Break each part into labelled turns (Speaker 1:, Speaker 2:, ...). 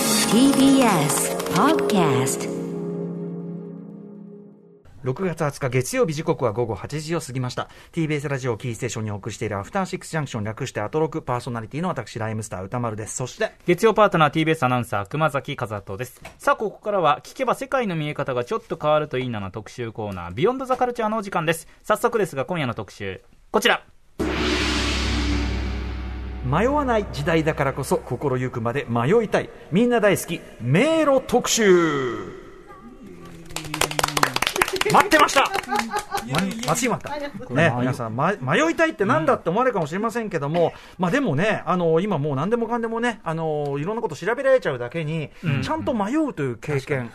Speaker 1: TBS Podcast
Speaker 2: 6月20日月曜日時刻は午後8時を過ぎました。TBS ラジオをキーステーションにお送りしているアフターシックスジャンクション略してアトロクパーソナリティの私ライムスター歌丸です。そして、
Speaker 3: 月曜パートナー TBS アナウンサー熊崎和人ですさあここからは聞けば世界の見え方がちょっと変わるといいなの特集コーナービヨンドザカルチャーのお時間です早速ですが今夜の特集こちら
Speaker 2: 迷わない時代だからこそ心ゆくまで迷いたい。みんな大好き、迷路特集待ってました待ちまった。ね、皆さん、ま、迷いたいってなんだって思われるかもしれませんけども、まあでもね、あの、今もう何でもかんでもね、あの、いろんなこと調べられちゃうだけに、ちゃんと迷うという経験。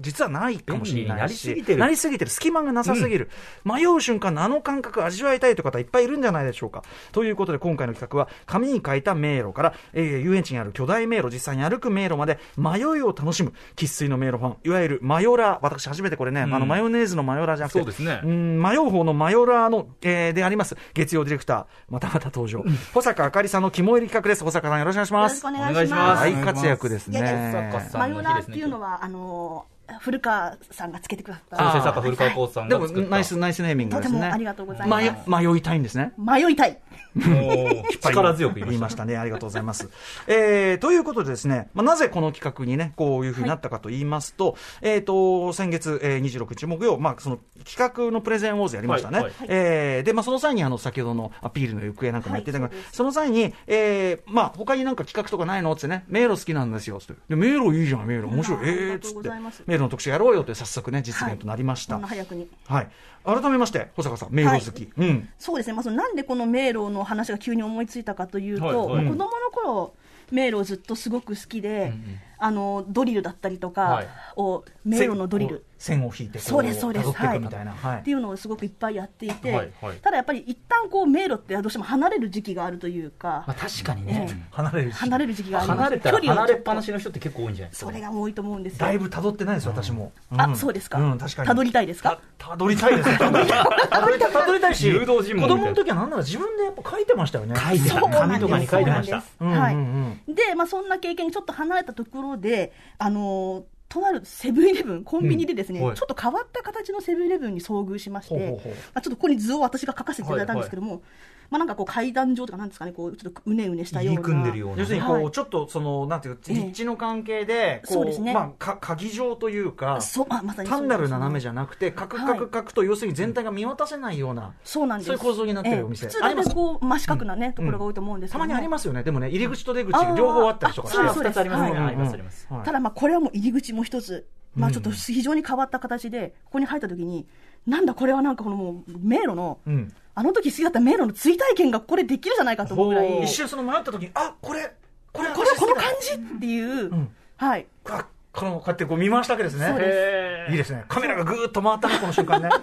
Speaker 2: 実はないかもしれないし、
Speaker 3: 便利になりすぎてる
Speaker 2: なりすぎてる、隙間がなさすぎる、迷う瞬間のあの感覚味わいたいという方いっぱいいるんじゃないでしょうか。ということで今回の企画は、紙に書いた迷路から、えー遊園地にある巨大迷路、実際に歩く迷路まで、迷いを楽しむ、生粋の迷路ファン、いわゆるマヨラー、私初めてこれね、あのマヨネーズのマヨラーじゃなくて、
Speaker 3: そうですね
Speaker 2: うん迷う方のマヨラーの、えーであります、月曜ディレクター、またまた登場、保坂あかりさんの肝入り企画です。保坂さんよろしくお願いし
Speaker 4: よ
Speaker 2: ま
Speaker 4: ろし
Speaker 2: す
Speaker 4: くお。願いし
Speaker 3: お願
Speaker 4: ま
Speaker 3: い
Speaker 4: す。
Speaker 3: し
Speaker 2: 大活躍ですね。
Speaker 4: いやい
Speaker 3: 保坂さん
Speaker 4: マヨラーっていうのは、あの、古川さんがつけてくださ
Speaker 3: 先
Speaker 4: っ
Speaker 3: 生作家古川光さん
Speaker 2: で
Speaker 3: が
Speaker 2: も、
Speaker 3: 作った
Speaker 2: ナイス、ナイスネーミング
Speaker 4: た。
Speaker 2: で
Speaker 4: とて
Speaker 2: すね。
Speaker 4: もありがとうございま
Speaker 2: 迷
Speaker 4: す。
Speaker 2: 迷いたいんですね。
Speaker 4: 迷いたい。
Speaker 3: もう力強く言いま
Speaker 2: 言い
Speaker 3: した
Speaker 2: ま したね。ありがとうございます。えー、ということでですね、まあ、なぜこの企画にね、こういうふうになったかと言いますと、えっ、と、先月、えー、26日木曜、まあ、その企画のプレゼンウォーズやりましたね。
Speaker 3: はいはい
Speaker 2: えーで、まあ、その際に、あの、先ほどのアピールの行方なんかもやってたから、
Speaker 4: はいそうです
Speaker 2: その際に、えー、まあ、他になんか企画とかないのってね、迷路好きなんですよ、つって。で、迷路いいじゃん、迷路。面白い。
Speaker 4: あ
Speaker 2: え
Speaker 4: ーあり
Speaker 2: ー、
Speaker 4: がと
Speaker 2: つ
Speaker 4: う
Speaker 2: っ
Speaker 4: ご
Speaker 2: て
Speaker 4: ざいます。
Speaker 2: 迷路の特集やろうよって、早速ね、実現となりました。
Speaker 4: こん
Speaker 2: は。
Speaker 4: ない早くに。
Speaker 2: 改めまして、保坂さん、迷路好き。うん。
Speaker 4: そうですね、まあ、そのなんでこの迷路の話が急に思いついたかというと、
Speaker 3: はいはい
Speaker 4: まあ子供の頃迷路ずっとすごく好きで、あのドリルだったりと
Speaker 3: は
Speaker 4: か
Speaker 3: い
Speaker 4: を、迷路のドリル。
Speaker 2: 線を引いてこ
Speaker 4: そうですそうです
Speaker 2: 辿っていくみたいな、はい
Speaker 4: っていうのをすごくいっぱいやっていて、
Speaker 3: はいはい
Speaker 4: ただやっぱり一旦こう迷路ってどうしても離れる時期があるというか、
Speaker 3: まあ確かに
Speaker 4: ね
Speaker 2: 離れるし
Speaker 4: 離れる時期があります
Speaker 3: 離れたら
Speaker 4: 距離を
Speaker 3: 離
Speaker 4: ち
Speaker 3: れ
Speaker 4: ょ
Speaker 3: っ
Speaker 4: と
Speaker 3: ぱなしの人って結構多いんじゃないです
Speaker 4: そ
Speaker 3: か
Speaker 4: れが多いと思うんですよ
Speaker 2: だいぶ辿ってないですよ、私も、
Speaker 4: あ
Speaker 2: ん
Speaker 4: そうですか
Speaker 2: うん、確かに
Speaker 4: 辿りたいですか
Speaker 2: た辿りたいですたどりたい辿りたいし
Speaker 3: 誘導尋問みたい
Speaker 2: 子
Speaker 3: な
Speaker 2: 供の時はなんなら自分でやっぱ書いてましたよね
Speaker 3: 書いてた
Speaker 4: そうなん
Speaker 3: 紙
Speaker 4: で
Speaker 3: と
Speaker 4: す
Speaker 3: かに書いてました
Speaker 4: そうなんですは
Speaker 2: うんう
Speaker 4: い
Speaker 2: んうん
Speaker 4: で、まあ、そんな経験にちょっと離れたところで、あのーとあるセブンイレブン、コンビニでですね、
Speaker 3: うんはい
Speaker 4: ちょっと変わった形のセブンイレブンに遭遇しまして、
Speaker 2: ほうほうほう
Speaker 4: まあ、ちょっとここに図を私が書かせていただいたんですけども、まあ、なんかこう階段状とかなんですかね、こうちょっとうねうねしたような。
Speaker 3: 入り組んでるよう
Speaker 2: 要
Speaker 3: な
Speaker 2: するにこう、
Speaker 4: はい
Speaker 2: ちょっとそのなんていうか
Speaker 4: ええ
Speaker 2: 立地の関係でこ
Speaker 4: そうですね
Speaker 2: まあ、か鍵状というか
Speaker 4: そうあまさにそうで
Speaker 2: 単
Speaker 4: す
Speaker 2: なる斜めじゃなくてカクカクカクと要するに全体が見渡せないような、
Speaker 4: そうなんです。
Speaker 2: そういう構造になってるお店
Speaker 4: ええ普通だ
Speaker 2: ありま
Speaker 4: と
Speaker 2: す
Speaker 4: こう真四角なね、ところが多いと思うんですけ
Speaker 2: た
Speaker 4: ど
Speaker 2: まにありますよねでもね入り口と出口
Speaker 4: あー
Speaker 2: 両方あったりとかして
Speaker 4: あそ
Speaker 3: 二
Speaker 4: うです
Speaker 3: つありますね
Speaker 4: は
Speaker 3: あ
Speaker 4: い
Speaker 3: りますあります
Speaker 2: はい
Speaker 4: ただまあこれはもう入り口も一つ、まあ、ちょっと非常に変わった形で、ここに入った時に、なんだこれはなんかこのもう迷路の、
Speaker 2: うん
Speaker 4: あの時好きだった迷路の追体験がこれできるじゃないかと思うぐらい、
Speaker 3: ほう
Speaker 2: 一瞬その迷った時にあこれこれ
Speaker 4: これこの感じっていう、
Speaker 2: ん
Speaker 4: はい、
Speaker 2: あこのこうやってこう見回したわけですね
Speaker 4: そうです
Speaker 3: へ
Speaker 2: いいですすねカメラがぐーっと回ったねこの瞬 間ねぐーっとね回り出したうんうんうんはい
Speaker 4: ありがとうございます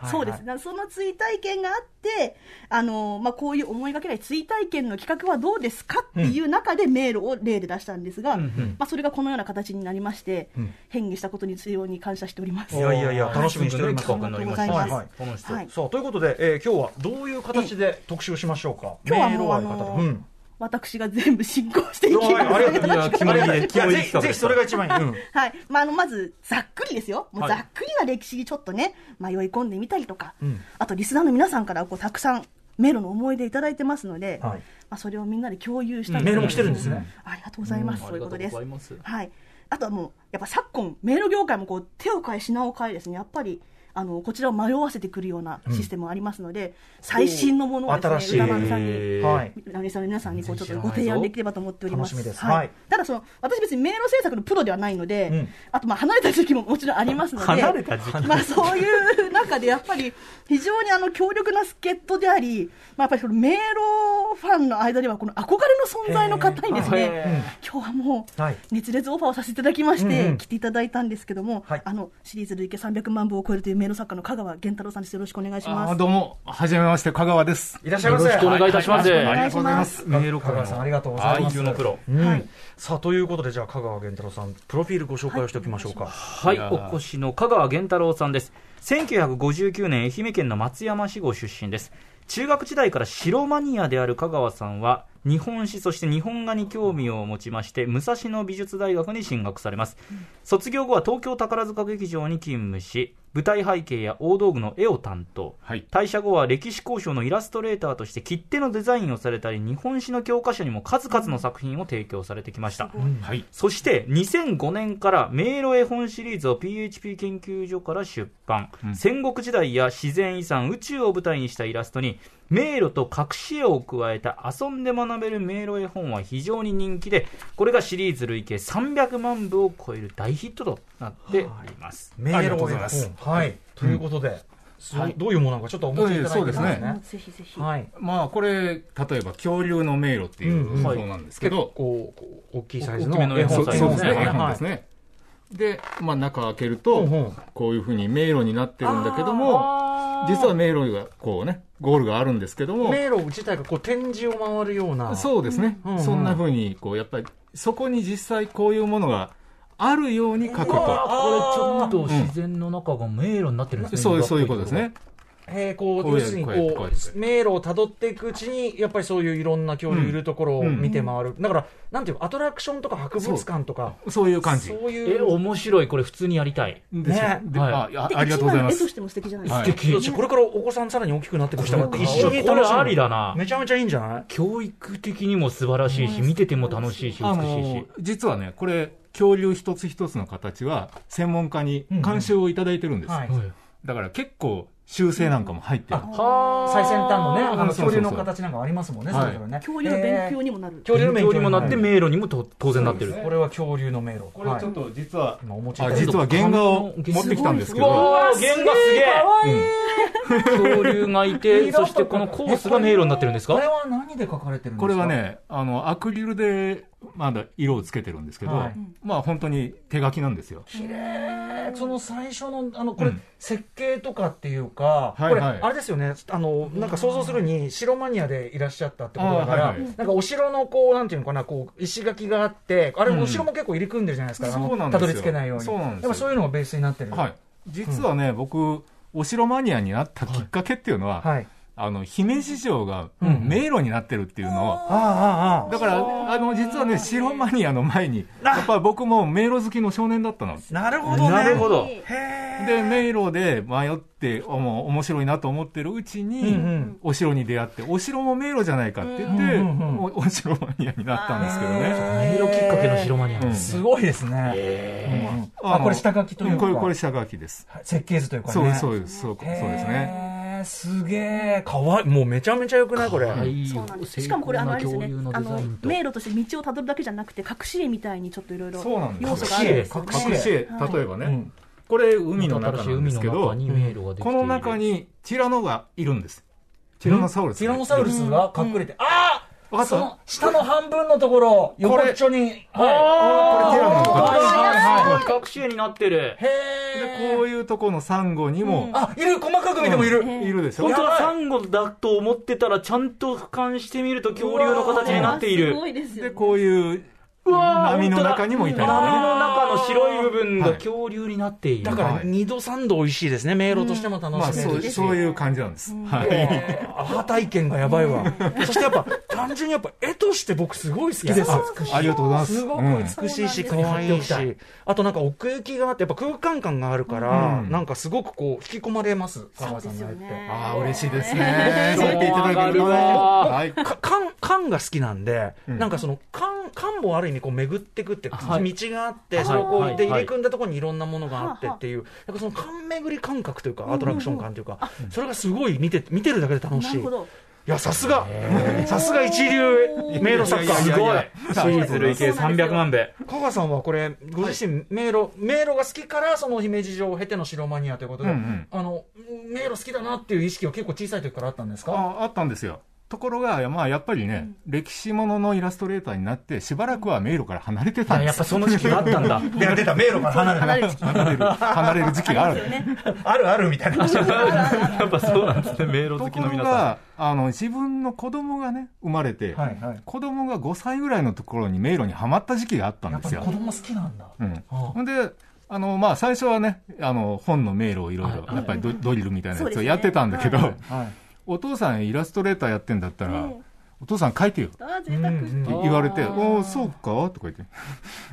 Speaker 2: はい
Speaker 4: そうですね、その追体験があって、あのまあ、こういう思いがけない追体験の企画はどうですかっていう中で、迷路を例で出したんです
Speaker 3: う
Speaker 4: が、
Speaker 3: んうん
Speaker 4: まあ、それがこのような形になりまして、
Speaker 2: うん
Speaker 4: 変化したことに強いに感謝しております。
Speaker 2: いやいやいや楽しみにしております
Speaker 3: 企画になりました
Speaker 2: あり
Speaker 3: ね
Speaker 2: がとうございます
Speaker 3: 楽しそう
Speaker 4: はい
Speaker 2: さあということで、えー今日はどういう形で特集しましょうか
Speaker 4: 今日は
Speaker 2: メール
Speaker 4: もう
Speaker 2: を
Speaker 4: あ
Speaker 2: ある方
Speaker 4: の
Speaker 2: 々うん
Speaker 4: 私が全部進行していき
Speaker 2: うわ
Speaker 4: ま
Speaker 2: ありが
Speaker 4: す。
Speaker 2: とうございます
Speaker 3: いや肝入りで
Speaker 2: いや
Speaker 3: 肝入
Speaker 2: ぜ
Speaker 3: り企
Speaker 2: ひ
Speaker 3: 画
Speaker 2: ぜ
Speaker 3: で
Speaker 2: ひ
Speaker 3: す
Speaker 2: それが一番いい、うん
Speaker 4: はいまあ、あのまずざっくりですよ、もう
Speaker 3: はい
Speaker 4: ざっくりな歴史にちょっとね、迷い込んでみたりとか、
Speaker 2: うん
Speaker 4: あとリスナーの皆さんからこうたくさん迷路の思い出いただいてますので、
Speaker 2: はい
Speaker 4: まあ、それをみんなで共有した
Speaker 3: う
Speaker 4: り、
Speaker 3: ん
Speaker 2: メールも来てるんですね
Speaker 4: ありがとうございます、
Speaker 3: うん
Speaker 4: そういうことです。
Speaker 3: ありがとうございます
Speaker 4: はい、あとはもう、やっぱ昨今、迷路業界もこう手を変え、品を変えですね、やっぱりあのこちらを迷わせてくるようなシステムもありますので、最新のものをです、ね、
Speaker 2: 新しい
Speaker 4: 歌丸さんに
Speaker 3: へー
Speaker 2: はい
Speaker 4: ラミさんの皆さんにこうちょっとご提案できればと思っております。
Speaker 2: 楽しみです
Speaker 4: はい。
Speaker 2: はい
Speaker 4: ただその私別に迷路制作のプロではないので、
Speaker 2: うん
Speaker 4: あとまあ離れた時期ももちろんありますので、
Speaker 3: 離れた時期
Speaker 4: まあそういう中でやっぱり非常にあの強力な助っ人であり、まあやっぱりその迷路ファンの間ではこの憧れの存在の方にです
Speaker 3: へ
Speaker 4: ね、今日はもう
Speaker 2: はい
Speaker 4: 熱烈オファーをさせていただきま
Speaker 2: う
Speaker 4: し
Speaker 2: んう
Speaker 4: て
Speaker 2: ん
Speaker 4: 来ていただいたんですけども、
Speaker 2: はい
Speaker 4: あのシリーズ累計300万部を超えるという迷路作家の香川源太郎さんです。よろしくお願いし
Speaker 5: あ
Speaker 4: ま
Speaker 5: ー
Speaker 4: す。
Speaker 5: どうも、はじめまして、香川です。
Speaker 2: いらっしゃいませ
Speaker 3: よろしくお願いいたします
Speaker 5: ありがとうございます。
Speaker 3: 迷
Speaker 2: 香
Speaker 3: 路から
Speaker 2: 川
Speaker 3: の
Speaker 2: さんありがとうございます
Speaker 3: 愛のプロ
Speaker 2: うん
Speaker 4: はい
Speaker 2: さあということでじゃあ香川源太郎さんプロフィールご紹介をしておきましょうか、
Speaker 3: はい
Speaker 5: いやー
Speaker 3: お越しの香川源太郎さんです1959年愛媛県の松山市号出身です中学時代から城マニアである香川さんは日本史そして日本画に興味を持ちまして武蔵野美術大学に進学されます、卒業後は東京宝塚劇場に勤務し舞台背景や大道具の絵を担当、
Speaker 5: はい
Speaker 3: 退社後は歴史交渉のイラストレーターとして切手のデザインをされたり日本史の教科書にも数々の作品を提供されてきました、
Speaker 5: はい。
Speaker 3: そして2005年から迷路絵本シリーズを PHP 研究所から出版、
Speaker 5: うん
Speaker 3: 戦国時代や自然遺産宇宙を舞台にしたイラストに迷路と隠し絵を加えた遊んで学べる迷路絵本は非常に人気でこれがシリーズ累計300万部を超える大ヒットとなっております、
Speaker 2: メ
Speaker 5: あ
Speaker 2: ー
Speaker 5: りが
Speaker 2: ル
Speaker 5: とう
Speaker 2: を
Speaker 5: ございます
Speaker 2: はい。ということで、そう
Speaker 5: はい
Speaker 2: どういうものなのかちょっとお持ちいただいて
Speaker 5: ええそうですね
Speaker 4: もうぜひぜひ。
Speaker 2: はい。
Speaker 5: まあ、これ、例えば、恐竜の迷路っていう
Speaker 2: うんうん
Speaker 5: 本なんですけ
Speaker 2: 結構
Speaker 5: ど、
Speaker 2: こう大きいサイズ
Speaker 3: 大
Speaker 2: の
Speaker 3: きめの
Speaker 2: 絵本
Speaker 5: そう
Speaker 2: サ
Speaker 5: そ
Speaker 2: イ
Speaker 5: う
Speaker 2: ズ
Speaker 5: で
Speaker 2: ですね。は
Speaker 5: すね、
Speaker 2: い
Speaker 5: 絵本ですね。で、まあ、中開ける
Speaker 2: ほうほ
Speaker 5: と
Speaker 2: う、
Speaker 5: こういうふうに迷路になってるんだけども、実は迷路が、こうね、ゴールがあるんですけども、
Speaker 2: 迷路自体がこう展示を回るような。
Speaker 5: そうですね
Speaker 2: うんうん。
Speaker 5: そんなふうに、こう、やっぱり、そこに実際こういうものがあるように書くと。
Speaker 3: これちょっと自然の中が迷路になってるんですね、
Speaker 5: そういう
Speaker 3: 今
Speaker 5: そういうことですね。
Speaker 2: えー、こ
Speaker 5: こ
Speaker 2: う要
Speaker 5: うやって
Speaker 2: するにこ
Speaker 5: こうやってこうやっ
Speaker 2: う
Speaker 5: て
Speaker 2: 迷路をたどっていくうちにやっぱりそういういろんな恐竜いるところを見て回る、だからなんていうのアトラクションとか博物館とか
Speaker 5: そういう感じ
Speaker 2: そ。う
Speaker 3: え
Speaker 2: いう
Speaker 3: 面白いこれ普通にやりたい
Speaker 5: ですよ
Speaker 2: ね
Speaker 5: で
Speaker 3: はい
Speaker 5: あいや
Speaker 4: で
Speaker 5: ありがとうござい
Speaker 4: 一枚の
Speaker 5: ま
Speaker 4: 絵と
Speaker 5: す
Speaker 4: し。ても素敵じゃないです
Speaker 5: は
Speaker 4: か。
Speaker 5: い
Speaker 3: 素敵
Speaker 2: 私これからお子さんさらに大きくなってくる人が一緒に
Speaker 3: これ
Speaker 2: 楽し
Speaker 3: あ
Speaker 2: む
Speaker 3: りだな
Speaker 2: めちゃめちゃいいんじゃない
Speaker 3: 教育的にも素晴らしいし、見てても楽しいし、美
Speaker 5: あ
Speaker 3: しいし
Speaker 5: の。実はねこれ恐竜一つ一つの形は専門家に監修をいただいてるんです、
Speaker 2: はい
Speaker 3: はい
Speaker 5: だから結構修正なんかも入ってる、
Speaker 2: 最先端のねあの
Speaker 5: そうそうそう
Speaker 2: 恐竜の形なんかありますもんね、
Speaker 5: はい
Speaker 2: それぞれね
Speaker 4: 恐竜の勉強
Speaker 2: えー
Speaker 4: にもなる。
Speaker 2: 恐竜の
Speaker 3: 勉
Speaker 2: 勉強
Speaker 3: 強にもなって、
Speaker 2: る
Speaker 3: 迷路にもと当然なってる。
Speaker 2: これは恐竜の迷路
Speaker 5: これちょっと実は、
Speaker 2: 今お持ちいた
Speaker 5: あ
Speaker 2: だいて
Speaker 5: 実は原画を持ってきたんですけど
Speaker 3: わー、弦がすげえ恐竜がいて、そしてこのコースが迷路になってるんです
Speaker 2: これ
Speaker 3: か
Speaker 2: は何で描かれてるんですか
Speaker 5: これはねあのアクリルでまだ色をつけてるんですけど、
Speaker 2: はい
Speaker 5: まあ本当に手書きなんですよ
Speaker 2: 綺麗その最初のあのこれ、
Speaker 5: うん
Speaker 2: 設計とかっていうか、
Speaker 5: はいはい
Speaker 2: これあれですよねあのなんか想像するに城マニアでいらっしゃったってことだから、
Speaker 5: あーはいはい
Speaker 2: なんかお城のこうなんていうのかなこう石垣があってあれ
Speaker 5: うん
Speaker 2: お城も結構入り組んでるじゃないですか、
Speaker 5: そう
Speaker 2: あ
Speaker 5: な
Speaker 2: の
Speaker 5: ん
Speaker 2: た
Speaker 5: ですよ
Speaker 2: どり着けないように
Speaker 5: そうなんですよ
Speaker 2: やっぱそういうのがベースになってる
Speaker 5: はい実はね、僕お城マニアになったきっかけっていうのは、
Speaker 2: はい
Speaker 5: あの姫路城が
Speaker 2: ん
Speaker 5: 迷路になってるっていうのを、
Speaker 2: あああああ
Speaker 5: だから、あの、実はね、城マニアの前に、やっぱり僕も迷路好きの少年だったの。
Speaker 2: あなるほどね
Speaker 3: なるほど。
Speaker 5: で、迷路で迷って、おも面白いなと思ってるうちに、
Speaker 2: うんうん
Speaker 5: お城に出会って、お城も迷路じゃないかって言っ
Speaker 2: うん
Speaker 5: て、
Speaker 2: うんうん
Speaker 5: おお城マニアになったんですけど
Speaker 3: 迷
Speaker 5: ね。
Speaker 3: 路きっかけの城マニア
Speaker 5: う。ん
Speaker 2: すごいですね、うんうんあ
Speaker 5: の
Speaker 2: これ下書きというか
Speaker 5: これ、これ下書きです。
Speaker 2: 設計図というかね
Speaker 5: そうです、そうです、そうそうですね。
Speaker 2: へーすげえかわいいもうめちゃめちゃよくないこれ
Speaker 3: い
Speaker 4: そうなんです。しかもこれあのあれですよね。あの迷路として道をたどるだけじゃなくて隠し絵みたいにちょっといろいろ
Speaker 5: そうなんです
Speaker 4: 要素があるんですよ
Speaker 2: 隠し絵
Speaker 5: 隠し絵、例えばね、
Speaker 2: うん
Speaker 5: これ海の
Speaker 3: 新
Speaker 5: 中
Speaker 3: しい
Speaker 5: なんで
Speaker 3: 海
Speaker 5: す
Speaker 3: の
Speaker 5: け
Speaker 3: 中、
Speaker 5: ど
Speaker 3: に迷路ができている
Speaker 5: この中にティラノがいるんです。ティラノサウルス
Speaker 2: テ
Speaker 5: がい
Speaker 2: ィラ
Speaker 5: る。
Speaker 2: ノサウルスが隠れて、あ
Speaker 5: わ
Speaker 2: あ
Speaker 5: かった
Speaker 2: その下の半分のところ横っちょに
Speaker 5: これティラノの
Speaker 2: はい
Speaker 5: 形
Speaker 2: はいはい
Speaker 3: すごい隠し絵になってる。
Speaker 2: へ
Speaker 5: で
Speaker 2: え
Speaker 5: こういうとこのサンゴにも、
Speaker 2: あいる細かく見てもいる、
Speaker 5: いるでしょ
Speaker 3: 本当
Speaker 2: やば
Speaker 3: はいサンゴだと思ってたら、ちゃんと俯瞰してみると恐竜の形になってい
Speaker 4: す
Speaker 3: る
Speaker 4: ご。いですよ
Speaker 5: で
Speaker 4: ね。
Speaker 5: こういう波の中にもいたりと
Speaker 3: 波
Speaker 5: かね
Speaker 3: の中の白い部分が
Speaker 5: はい
Speaker 3: 恐竜になっている。
Speaker 2: だから
Speaker 5: はい
Speaker 2: 二度三度美味しいですね迷路としても楽
Speaker 5: まあ
Speaker 2: しめ
Speaker 5: そ
Speaker 2: る
Speaker 5: う
Speaker 2: し、
Speaker 5: そういう感じなんです、はい
Speaker 2: アハ体験がやばいわそしてやっぱ単純にやっぱ絵として僕すごい好きです
Speaker 5: ありがとうございます
Speaker 2: すごく
Speaker 5: うん
Speaker 2: 美しいし、可愛いし、あとなんか奥行きがあって、やっぱ空間感があるから、
Speaker 5: うん
Speaker 2: なんかすごくこう、引き込まれます、香川さんの絵っ
Speaker 4: そうですよ
Speaker 2: て
Speaker 4: ね。
Speaker 5: ああ嬉しいですねそう言っていただけるとね
Speaker 3: 上がるわ
Speaker 5: はい
Speaker 2: か缶缶が好きなんで、
Speaker 5: うん
Speaker 2: なんかその缶缶もある意味こう巡ってくって道
Speaker 3: はい
Speaker 2: があって、そのこ
Speaker 3: は
Speaker 2: う
Speaker 3: い
Speaker 2: で
Speaker 3: は
Speaker 2: 入
Speaker 3: い
Speaker 2: り組んだところにいろんなものがあってっていう、なんかその缶巡り感覚というかアトラクション感というか、それがすごい見て見てるだけで楽
Speaker 4: な
Speaker 2: しい。
Speaker 4: る
Speaker 2: い
Speaker 4: ほど。
Speaker 2: やさすがさすが一流迷路作家
Speaker 5: いやいやいやいや
Speaker 3: シリーズ累計300万部。
Speaker 2: 香川さんはこれご自身迷路、迷路が好きからその姫路城を経ての城マニアということで、
Speaker 5: うんうん
Speaker 2: あのうん迷路好きだなっていう意識は結構小さい時からあったんですか
Speaker 5: ああったんですよところが、まあ、やっぱりね、歴史もののイラストレーターになってしばらくは迷路から離れてたん
Speaker 3: や
Speaker 5: で
Speaker 3: っぱ
Speaker 5: す
Speaker 3: その時期があったんだ。
Speaker 2: 出た出た迷路から離れ
Speaker 4: 離れる時期
Speaker 5: 離れる離れる時期がある
Speaker 2: あるあるみたいな
Speaker 3: やっぱそうなんですね、迷路好
Speaker 5: と
Speaker 3: き
Speaker 5: こ
Speaker 3: の
Speaker 5: ろ
Speaker 3: 皆さ
Speaker 5: があの自分の子供がね生まれて、
Speaker 2: はいはい
Speaker 5: 子供が5歳ぐらいのところに迷路にはまった時期があった
Speaker 2: や
Speaker 5: ん
Speaker 2: っ
Speaker 5: で
Speaker 2: ぱ
Speaker 5: す
Speaker 2: り
Speaker 5: よ
Speaker 2: 子供好きなんだ、
Speaker 5: うん
Speaker 2: あ
Speaker 5: ほんで、あの、まあ、最初はね、あの、本の迷路をいろいろ、やっぱり ドドリルみたいなやつをやってたんだけど、
Speaker 2: はい、
Speaker 5: お父さんイラストレーターやってんだったら、お父さん書いてよって
Speaker 4: あー贅沢、
Speaker 2: うんうん
Speaker 5: 言われて、
Speaker 3: あー
Speaker 5: おお、そうかとか言って、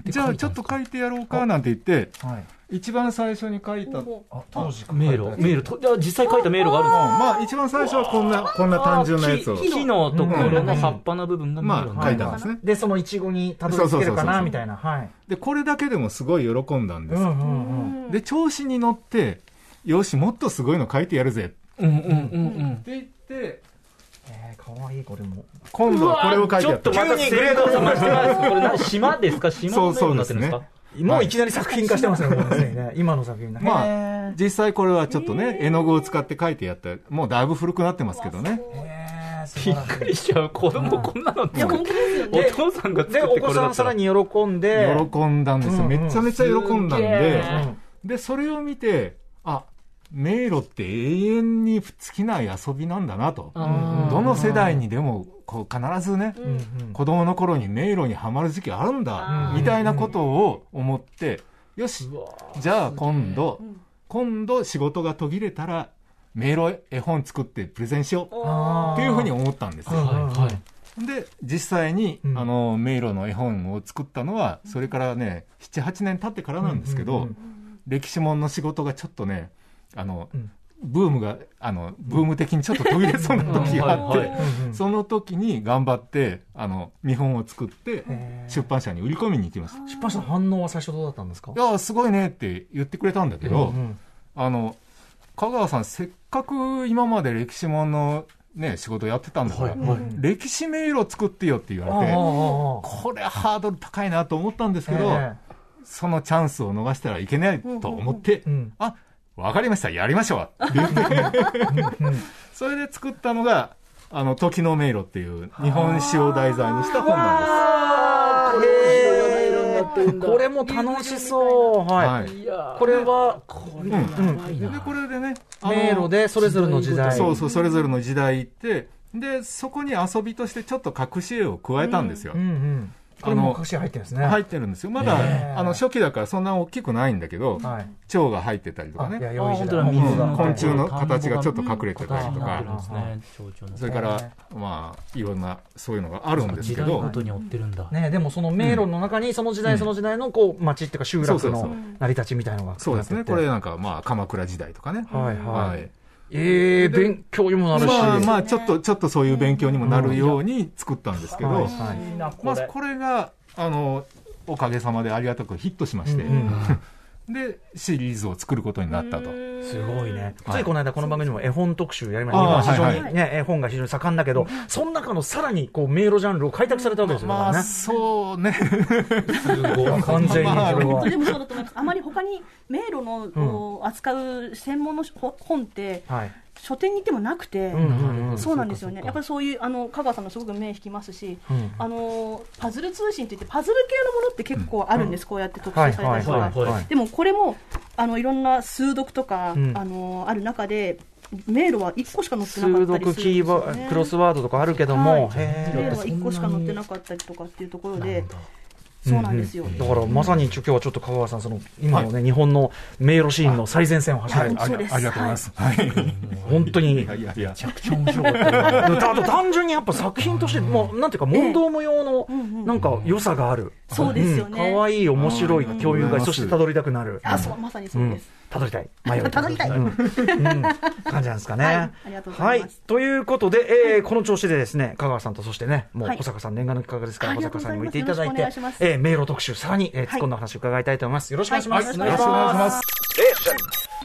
Speaker 3: で
Speaker 5: じゃあちょっと書いてやろうかなんて言って、
Speaker 2: はい、
Speaker 5: 一番最初に書いた、うん
Speaker 4: も
Speaker 2: あ当時
Speaker 3: 迷路迷路とじゃあ実際書いた迷路があるんです
Speaker 5: まあ一番最初はこんな、こんな単純なやつを
Speaker 3: あー、木木のところの葉っぱの部分が迷路
Speaker 5: まあ書いたんですね。
Speaker 2: でそのイチゴにたどり着けるか
Speaker 5: そうそうそう
Speaker 2: な
Speaker 5: そう
Speaker 2: みたいなはい、
Speaker 5: で、これだけでもすごい喜んだんです。
Speaker 2: う
Speaker 4: う、ん
Speaker 5: で、調子に乗って、よし、もっとすごいの書いてやるぜ
Speaker 3: うんうんうんうん
Speaker 5: って言って、
Speaker 2: えー、かわいいこれも
Speaker 5: 今度はこれを書いてやった
Speaker 3: うわ。ーちょっとまたグレードをましてますこれ何島ですか島の迷路になってるんです
Speaker 5: そうそうです
Speaker 3: か
Speaker 5: ね
Speaker 2: もういきなり作品化してますよね,、 ね今の作品ね
Speaker 5: まあ
Speaker 2: へ
Speaker 5: 実際これはちょっとね、絵の具を使って書いてやった、もうだいぶ古くなってますけどね。
Speaker 2: ーへー素晴
Speaker 3: びっ
Speaker 2: らしい
Speaker 3: くりしちゃう子供こんなの
Speaker 4: いや
Speaker 3: 作っ
Speaker 4: 本当ですよね
Speaker 3: お父さんが
Speaker 2: で
Speaker 3: 作っ
Speaker 2: お
Speaker 3: てこ
Speaker 2: 子
Speaker 3: れ
Speaker 2: さん
Speaker 3: だった
Speaker 2: さら
Speaker 3: ら
Speaker 2: に喜んで
Speaker 5: 喜んだんですよ。
Speaker 2: うんうん
Speaker 5: めちゃめちゃ喜んだ
Speaker 3: す
Speaker 5: んで、
Speaker 3: げー
Speaker 5: で、それを見て、あ、迷路って永遠に尽きない遊びなんだなと。
Speaker 3: あー
Speaker 5: どの世代にでも、こう、必ずね、
Speaker 2: うんうんうん
Speaker 5: 子供の頃に迷路にはまる時期あるんだ
Speaker 2: う、ん
Speaker 5: みたいなことを思って、よし、
Speaker 3: うわー
Speaker 5: じゃあ今度
Speaker 4: ん、
Speaker 5: 今度仕事が途切れたら、迷路絵本作ってプレゼンしよう
Speaker 2: あー
Speaker 5: っていうふうに思ったんですよ。
Speaker 3: はいはい
Speaker 5: で、実際に、
Speaker 2: うん
Speaker 5: あの、迷路の絵本を作ったのは、それからね、7、8年経ってからなんですけど、
Speaker 2: うんうんうん
Speaker 5: 歴史門の仕事がちょっとね、あの、
Speaker 2: うん
Speaker 5: ブームが、あの、ブーム的にちょっと途切れそうな時があっ
Speaker 3: うんはい
Speaker 5: て
Speaker 3: は、
Speaker 2: うんうん
Speaker 5: その時に頑張って、あの、見本を作って、
Speaker 2: へー
Speaker 5: 出版社に売り込みに行きました。い
Speaker 2: 出版社の反応は最初どうだったんですか
Speaker 5: やー、すごいねって言ってくれたんだけど、
Speaker 2: うん
Speaker 5: あの、香川さん、せっかく今まで歴史ものね、仕事やってたんだから、
Speaker 2: はい
Speaker 5: 歴史迷路作ってよって言
Speaker 2: あー
Speaker 5: わ
Speaker 2: あ
Speaker 5: れて、
Speaker 2: ーあー
Speaker 5: これハードル高いなと思ったんですけど、
Speaker 2: え
Speaker 5: そのチャンスを逃したらいけないと思っ
Speaker 2: え
Speaker 5: て、
Speaker 2: うん
Speaker 5: あ、わかりました、やりましょうって言って、それで作ったのが、あの、時の迷路っていう日本史を題材にした本なんで
Speaker 2: あー
Speaker 3: へー
Speaker 2: これも楽しそうは
Speaker 5: はいい
Speaker 3: いやー
Speaker 2: これは
Speaker 3: これやばい
Speaker 5: す。
Speaker 3: な
Speaker 5: で、これでね、あの
Speaker 2: 迷路でそれぞれの時代
Speaker 5: そうそう、それぞれの時代行って、で、そこに遊びとしてちょっと隠し絵を加えたんですよ。
Speaker 2: うんうんこれも隠し入ってるんですね
Speaker 5: 入ってるんですよ。ま
Speaker 2: ねえ
Speaker 5: だ、あの、初期だからそんな大きくないんだけど、
Speaker 2: はい
Speaker 5: 蝶が入ってたりとか
Speaker 2: あいや
Speaker 5: ね。
Speaker 2: 良い時代
Speaker 3: あ本当だ水
Speaker 5: う
Speaker 3: の
Speaker 5: ん昆虫の形がちょっと隠れてたりと
Speaker 2: あ
Speaker 5: か
Speaker 2: ー、
Speaker 5: それから、まあ、いろんな、そういうのがあるんです
Speaker 3: 時
Speaker 5: け
Speaker 3: 代ご
Speaker 5: ど、
Speaker 3: とに追ってるんだ。
Speaker 2: ね、でもその迷路の中にその時代、
Speaker 5: うん
Speaker 2: その時代のこう町っていうか集
Speaker 5: そう
Speaker 2: 落
Speaker 5: そうそう
Speaker 2: の成り立ちみたいのが
Speaker 5: そうですね。これ
Speaker 2: は
Speaker 5: なんか、まあ、鎌倉時代とかね。
Speaker 2: いはい、
Speaker 5: はい。
Speaker 2: ええ
Speaker 5: で
Speaker 2: 勉強にもなるし、
Speaker 5: まあ、まあ、ちょっと、ちょっとそういう勉強にもなるように作ったんですけ
Speaker 2: はい
Speaker 5: ど、
Speaker 2: はい
Speaker 3: いいなこ
Speaker 5: まあ、
Speaker 3: れ。
Speaker 5: これが、あの、おかげさまでありがたくヒットしまして
Speaker 2: う、ん
Speaker 5: で、シリーズを作ることになったと。
Speaker 2: すごいね、
Speaker 5: はい
Speaker 2: ついこの間この番組でも絵本特集やりまし
Speaker 5: あ
Speaker 2: た
Speaker 5: あ
Speaker 2: 非常に
Speaker 5: はいは
Speaker 2: ね、絵本が非常に盛んだけど、その中のさらにこう迷路ジャンルを開拓されたわけですよ、
Speaker 5: ま
Speaker 2: だ
Speaker 5: あ、
Speaker 2: からね
Speaker 5: そうね。
Speaker 2: 完全に
Speaker 5: まあ
Speaker 2: それは
Speaker 4: でもそうだと思います。あまり他に迷路の、を扱う専門のほ本って
Speaker 2: はい、
Speaker 4: 書店に行ってもなくて、
Speaker 2: ん
Speaker 4: そうなんですよね。やっ
Speaker 2: り
Speaker 4: ぱりそういうあの香川さんのすごく目引きますし、
Speaker 2: うん
Speaker 4: あのパズル通信といってパズル系のものって結構あるんです。こうやって特集さ
Speaker 2: は
Speaker 4: れ
Speaker 2: い
Speaker 4: た
Speaker 2: は
Speaker 4: り
Speaker 2: い
Speaker 4: とか。
Speaker 2: はいはい
Speaker 4: でもこれもあのいろんな数読とか、
Speaker 2: うん
Speaker 4: あのある中で迷路は一個しか載ってなか
Speaker 2: 数
Speaker 4: ったり
Speaker 2: 読
Speaker 4: するん
Speaker 2: キー
Speaker 4: ですよ
Speaker 2: ワ
Speaker 4: ね
Speaker 2: ークロスワードとかあるけども、
Speaker 4: は
Speaker 2: へ
Speaker 4: 迷
Speaker 2: え
Speaker 4: 路は一個しか載ってなかったりとかっていうところで、そうなんですよ。
Speaker 2: だからまさに今日はちょっと香川さん、その今のね、日本の迷路シーンの最前線を走られる、
Speaker 4: そうです
Speaker 5: ありがとうございます。はい。
Speaker 2: 本当に。
Speaker 5: いやいやいや。
Speaker 2: あと単純にやっぱ作品として、もうなんていうか、問答無用の
Speaker 4: んうん
Speaker 2: なんか良さがある、
Speaker 4: そうですよね
Speaker 2: 可愛い、面白い、
Speaker 5: うん
Speaker 2: 共有が、そしてたどりたくなる、
Speaker 4: あ、そうまさにそううんです。
Speaker 2: たどりたい、迷い
Speaker 4: たどりたい
Speaker 2: うんうん感じなんですかね。
Speaker 4: はいありがとうございます
Speaker 2: はということで、えーこの調子でですね、香川さんとそしてね、もう
Speaker 4: はい
Speaker 2: 保坂さん、念願の企画ですから、
Speaker 4: あ
Speaker 2: 保
Speaker 4: りがと
Speaker 2: 坂
Speaker 4: うご
Speaker 2: さ
Speaker 4: ざ
Speaker 2: んにもいていただ
Speaker 4: います
Speaker 2: いて
Speaker 4: よろしくお願いし、ます
Speaker 2: えー迷路特集、さらに、えー突っ込んだお話を伺いたいと思います。よろしくお願いします。。
Speaker 4: はいよろしくお願いします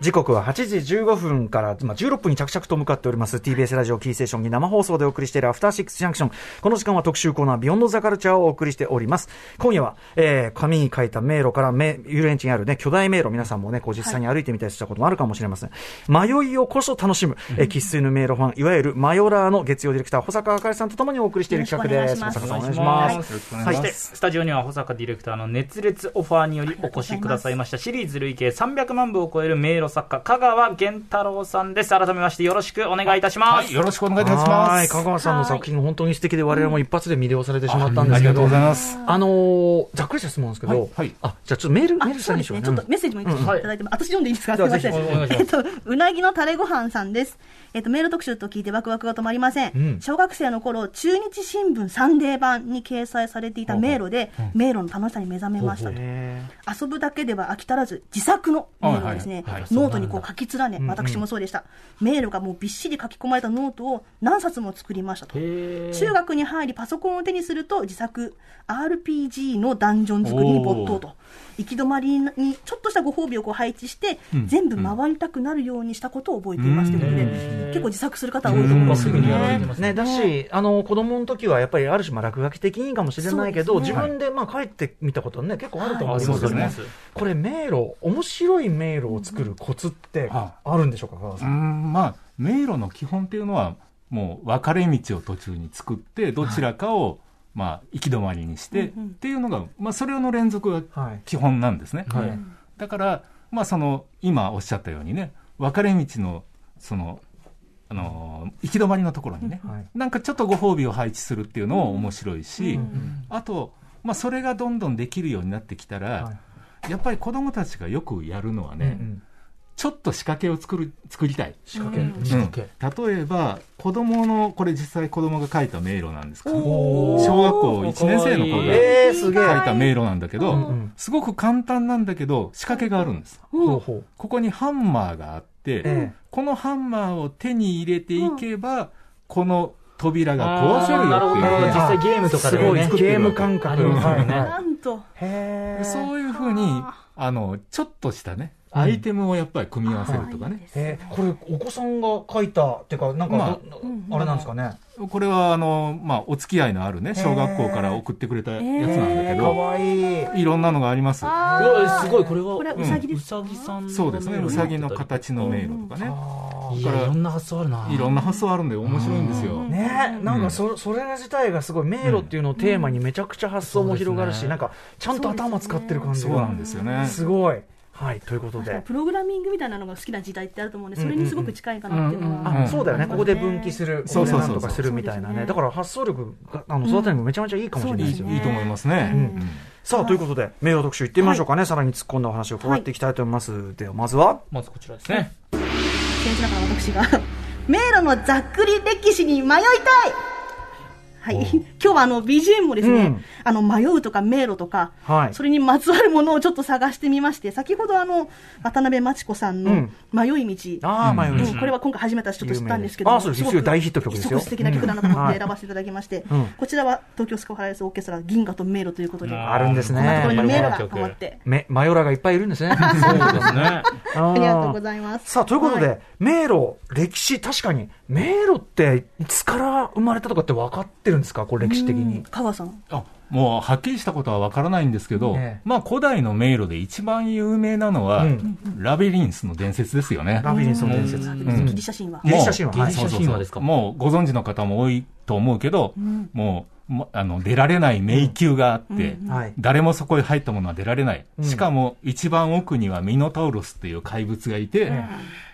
Speaker 2: 時刻は8時15分から、まあ、16分に着々と向かっております TBS ラジオキーステーションに生放送でお送りしているアフターシックスジャンクションこの時間は特集コーナービヨンドザカルチャーをお送りしております今夜は、えー、紙に書いた迷路からめ遊園地にあるね巨大迷路皆さんもねこう実際に歩いてみたりしたこともあるかもしれません、迷いをこそ楽しむ生粋、粋の迷路ファンいわゆるマヨラーの月曜ディレクター保坂あかりさんとともにお送りしている企画です
Speaker 4: よろしく
Speaker 2: 保坂
Speaker 4: お
Speaker 2: さんお
Speaker 3: 願
Speaker 2: 願
Speaker 3: い
Speaker 2: いしま
Speaker 3: しま
Speaker 2: すす
Speaker 5: よろしくお願いし
Speaker 3: そ
Speaker 5: ます
Speaker 3: してスタジオには保坂ディレクターの熱烈オファーによりお越しくださいましたシリーズ累計300万部を超える迷路作家、香川源太郎さんです。改めましてよろしくお願いいたします。
Speaker 5: はい、よろしくお願いいたしま
Speaker 2: はい
Speaker 5: す。
Speaker 2: 香川さんの作品、本当に素敵で、我々も一発で魅了されてしまったんで
Speaker 5: あ
Speaker 2: す
Speaker 5: り
Speaker 2: け
Speaker 5: がとう
Speaker 2: ど、
Speaker 5: ございます。
Speaker 2: あのーざっくりした質問なんですけど、
Speaker 5: はいはい
Speaker 2: あじゃあちょっとメール、メールし
Speaker 4: あ、
Speaker 2: た
Speaker 4: そう
Speaker 2: らいいでしょうね。
Speaker 4: ですね。ちょっとメッセージもいただいても、私読んでいいですかす
Speaker 2: じゃあ
Speaker 4: みません
Speaker 2: ぜひ
Speaker 3: お願い。し
Speaker 4: えっと、うなぎのタレご飯さんです。えっと、メール特集と聞いてワクワクが止まりません。
Speaker 2: うん
Speaker 4: 小学生の頃、中日新聞サンデー版に掲載されていた迷路で、迷路の楽しさに目覚めましたと。
Speaker 2: へ
Speaker 4: 遊ぶだけでは飽き足らず、自作の迷路をですね、
Speaker 5: はいはいはい
Speaker 4: ノートにこう書き連ね、私もそうでした。迷路がもうびっしり書き込まれたノートを何冊も作りましたと。
Speaker 3: へー
Speaker 4: 中学に入りパソコンを手にすると自作 RPG のダンジョン作りに没頭と行き止まりにちょっとしたご褒美をこう配置して、全部回りたくなるようにしたことを覚えていますということで、結構自作する方多いと思いますよ
Speaker 3: うんうん
Speaker 4: ね。
Speaker 2: ーね、だし、あの子供の時はやっぱりある種、まあ落書き的にかもしれないけど、
Speaker 4: そうで
Speaker 2: 自
Speaker 4: すね
Speaker 2: 分でまあ帰ってみたことね、結構あると思
Speaker 3: あ
Speaker 2: い
Speaker 3: りが
Speaker 2: ま
Speaker 3: とう
Speaker 2: すけど
Speaker 3: ござい
Speaker 2: ね
Speaker 3: ます。
Speaker 2: これ、迷路、面白い迷路を作るコツってあるんでしょうか、香川
Speaker 5: う
Speaker 2: さ
Speaker 5: ー
Speaker 2: ん。
Speaker 5: ん、まあ、迷路の基本っていうのは、もう分かれ道を途中に作って、どちらかを、まあ、行き止まりにして、
Speaker 4: うんうん
Speaker 5: っていうのが、まあ、それの連続が
Speaker 2: はい
Speaker 5: 基本なんですね。
Speaker 2: はい
Speaker 5: だから、まあ、その、今おっしゃったようにね、分かれ道の、その、あのー行き止まりのところにね、
Speaker 2: はい
Speaker 5: なんかちょっとご褒美を配置するっていうのも面白いし、あと、まあ、それがどんどんできるようになってきたら、
Speaker 2: は
Speaker 5: やっぱり子供たちがよくやるのは
Speaker 2: う
Speaker 5: ね、
Speaker 2: ん
Speaker 5: ちょっと仕掛けを作る作りたい。
Speaker 2: 仕掛け、
Speaker 4: うん
Speaker 2: 仕掛け。
Speaker 5: 例えば子供のこれ実際子供が書いた迷路なんですけど
Speaker 4: おー
Speaker 5: 小学校1年生の子
Speaker 3: うん
Speaker 5: が
Speaker 2: えー、すげえ。
Speaker 5: 書いた迷路なんだけ
Speaker 4: う
Speaker 5: ど
Speaker 2: ん
Speaker 5: すごく簡単なんだけど仕掛けがあるんです
Speaker 2: ほうほう。
Speaker 5: ここにハンマーがあって、
Speaker 2: え
Speaker 5: このハンマーを手に入れていけば、この扉が壊せるよって
Speaker 3: あーなるほど
Speaker 5: い
Speaker 3: 実
Speaker 5: うね
Speaker 3: 際ゲームとか
Speaker 2: す
Speaker 3: で
Speaker 2: ごい
Speaker 3: ね、
Speaker 2: ゲーム感覚
Speaker 3: うん
Speaker 2: はいはい
Speaker 4: なんと、
Speaker 2: へえ。
Speaker 5: そういうふうにあのちょっとしたねアイテムをやっぱり組み合わせるとかね、
Speaker 2: えーこれお子さんが書いたっていうかなんか、
Speaker 5: ま
Speaker 2: どあれなんですかね。
Speaker 5: これはあの、まあ、お付き合いのあるね小学校から送ってくれたやつなんだけ
Speaker 2: か
Speaker 5: ど、
Speaker 2: わいい。
Speaker 5: いろんなのがあります。
Speaker 3: うわすごいこれは
Speaker 4: これはうさぎで
Speaker 3: う
Speaker 4: す。
Speaker 3: さぎさんの
Speaker 5: そうですね。
Speaker 3: 迷路
Speaker 5: うさぎの形の迷路とかね。
Speaker 3: い
Speaker 5: だか
Speaker 3: や
Speaker 5: ら
Speaker 3: いろんな発想あるない
Speaker 5: ろんな発想あるんで面白いんですよ。
Speaker 2: ねなんかそそれ自体がすごい迷路っていうのをテーマにめちゃくちゃ発想も広がるし、
Speaker 3: うん
Speaker 2: なんかちゃんと頭使ってる感じ
Speaker 5: そうな
Speaker 2: が
Speaker 5: んですよね。
Speaker 2: すごい。はいということで。
Speaker 4: プログラミングみたいなのが好きな時代ってあると思うんで、それにすごく近いかなっていうの
Speaker 5: うんうんうん
Speaker 4: は。
Speaker 5: あ
Speaker 2: そうだよね、ここで分岐する、こ
Speaker 5: そ
Speaker 2: こ
Speaker 5: う
Speaker 2: で
Speaker 5: そう
Speaker 2: な
Speaker 5: そ
Speaker 2: ん
Speaker 5: う
Speaker 2: とかするみたいな
Speaker 4: そうです
Speaker 2: ね、
Speaker 4: ね
Speaker 2: だから発想力があの育てにもめちゃめちゃいいかもしれない
Speaker 5: い
Speaker 2: ですよね。
Speaker 5: いいと思いますね。
Speaker 2: さあということで、迷路特集いってみましょうかね、さらに突っ込んだお話を伺っていきたいと思います。では、まずは、
Speaker 3: まずこちらですね
Speaker 4: 先生だから私が迷路のざっくり歴史に迷いたいはい、今日はあの BGM もですね、
Speaker 2: うん
Speaker 4: あの迷うとか迷路とか、
Speaker 2: はい
Speaker 4: それにまつわるものをちょっと探してみまして先ほどあの渡辺真知子さん
Speaker 2: う
Speaker 4: の
Speaker 2: ん
Speaker 4: 「迷い道」
Speaker 2: ああ、迷
Speaker 4: う
Speaker 2: 路
Speaker 4: ん
Speaker 2: ですね
Speaker 4: これは今回初めて私ちょっと知ったんですけども
Speaker 2: 有名ですあそうです
Speaker 4: ごく
Speaker 2: 一応大ヒット曲ですよ
Speaker 4: 一足素敵な曲だなと思っ
Speaker 2: うん
Speaker 4: て選ばせていただきまして、
Speaker 2: うん
Speaker 4: こちらは東京スカパラダイスオーケストラ「銀河と迷路」ということで、
Speaker 3: うん
Speaker 2: あるんです
Speaker 4: こんなところに
Speaker 2: ね。
Speaker 4: 迷路が止まって
Speaker 2: め、マヨラがいっぱいいるんです ね。
Speaker 3: そうですね
Speaker 2: あ
Speaker 4: ありがとうご
Speaker 2: い
Speaker 4: ざいます
Speaker 2: さあ、ということで、
Speaker 4: は
Speaker 2: 迷路、歴史、確かに、迷路って、いつから生まれたとかって分かってるんですかこれ歴史的
Speaker 4: うん
Speaker 2: に。
Speaker 4: 川さん
Speaker 5: あもうはっきりしたことはわからないんですけど、
Speaker 2: ええ
Speaker 5: まあ古代の迷路で一番有名なのは、
Speaker 2: うん
Speaker 5: ラビリンスの伝説ですよね。
Speaker 2: ラビリンスの伝説。
Speaker 5: ん
Speaker 4: ギリシャ神話、
Speaker 2: ギリシャ神話。
Speaker 5: も
Speaker 2: は
Speaker 5: う
Speaker 2: い
Speaker 3: ギリシャ神話ですか
Speaker 5: もうご存知の方も多いと思うけど、もう、まあの、出られない迷宮があって、
Speaker 2: はい。
Speaker 5: 誰もそこへ入ったものは出られない、
Speaker 2: うん
Speaker 5: しかも一番奥にはミノタウロスっていう怪物がいて、
Speaker 2: え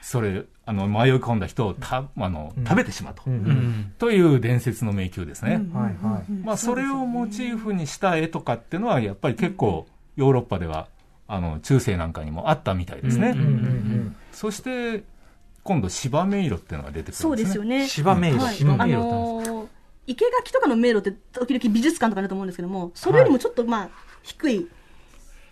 Speaker 5: それあの迷い込んだ人をたあの、
Speaker 2: うん
Speaker 5: 食べてしまうと、
Speaker 2: う
Speaker 3: うんん
Speaker 5: という伝説の迷宮ですね、
Speaker 2: うんはいはい。
Speaker 5: まあ、それをモチーフにした絵とかっていうのはやっぱり結構ヨーロッパではあの中世なんかにもあったみたいですね、
Speaker 3: うん
Speaker 2: うんうん
Speaker 5: そして今度芝迷路っていうのが出てくる
Speaker 4: そ
Speaker 5: ん
Speaker 4: う
Speaker 5: で
Speaker 4: です
Speaker 5: す
Speaker 4: よ
Speaker 5: ね
Speaker 2: うん。
Speaker 4: ね
Speaker 2: 芝迷
Speaker 4: はい
Speaker 2: 路。
Speaker 3: 芝
Speaker 2: うん
Speaker 3: 迷
Speaker 4: あ
Speaker 3: 路
Speaker 4: のー生垣とかの迷路って時々美術館とかだと思うんですけどもそれよりもちょっとまあ低い、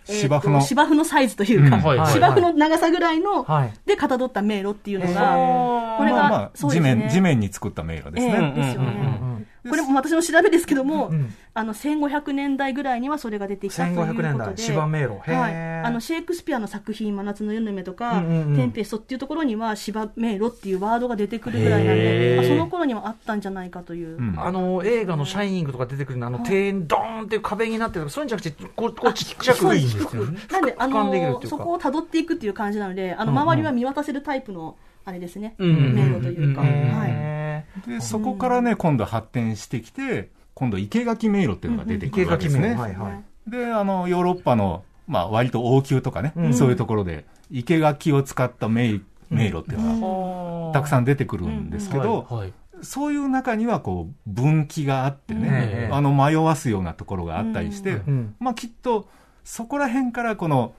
Speaker 4: えーと
Speaker 5: 芝生の
Speaker 4: 芝生のサイズというか、
Speaker 5: うん
Speaker 3: はいはい
Speaker 4: 芝生の長さぐらいの、
Speaker 2: はい。
Speaker 4: でかたどった迷路っていうのが、これが、
Speaker 5: まあまあ
Speaker 4: そうで
Speaker 5: 地
Speaker 4: すね
Speaker 5: 面地面に作った迷路ですね、
Speaker 4: ええですよね、
Speaker 3: うんうん
Speaker 2: うん
Speaker 4: これも私の調べですけども、
Speaker 2: うん
Speaker 4: あの1500年代ぐらいにはそれが出てきたということ
Speaker 2: 1500
Speaker 4: で
Speaker 2: 年代、芝迷路。へ
Speaker 4: はい、
Speaker 2: え。
Speaker 4: あのシェイクスピアの作品「真夏の夜の夢」とか、
Speaker 2: うんうんうん
Speaker 4: テンペスト」っていうところには「芝迷路」っていうワードが出てくるぐらいな
Speaker 3: へ
Speaker 4: ん
Speaker 3: ー
Speaker 4: で、まあその頃にはあったんじゃないかという、
Speaker 5: うん
Speaker 2: あの映画の「シャイニング」とか出てくるのあの庭園ドーンっていう壁になってるとかそういうんじゃなくてこうこうちっちゃく
Speaker 4: そう
Speaker 2: 低く
Speaker 4: なんで、あ
Speaker 2: 俯瞰できるっ
Speaker 4: の
Speaker 2: ていう
Speaker 4: そ
Speaker 2: か
Speaker 4: こを辿っていくっていう感じなのであの
Speaker 2: うんうん
Speaker 4: 周りは見渡せるタイプのあれですね、
Speaker 3: うんうん
Speaker 4: 迷路というか、
Speaker 3: うんうん
Speaker 4: はい、
Speaker 2: へ
Speaker 5: でそこからね今度発展してきて今度生垣迷路っていうのが出
Speaker 2: ー
Speaker 5: てく
Speaker 2: 池
Speaker 5: るわけ
Speaker 2: 垣
Speaker 5: です
Speaker 2: 面
Speaker 5: ね、
Speaker 2: はいはい
Speaker 5: であのヨーロッパの、まあ、割と王宮とかね、
Speaker 2: うん
Speaker 5: そういうところで生け垣を使った迷迷路っていうのが
Speaker 3: は
Speaker 5: たく
Speaker 3: ん
Speaker 5: さん出てくるんですけど、
Speaker 3: はい
Speaker 5: そういう中にはこう分岐があってね、
Speaker 3: うん
Speaker 5: あの迷わすようなところがあったりして、
Speaker 4: うん
Speaker 2: うん
Speaker 5: まあ、きっとそこら辺からこの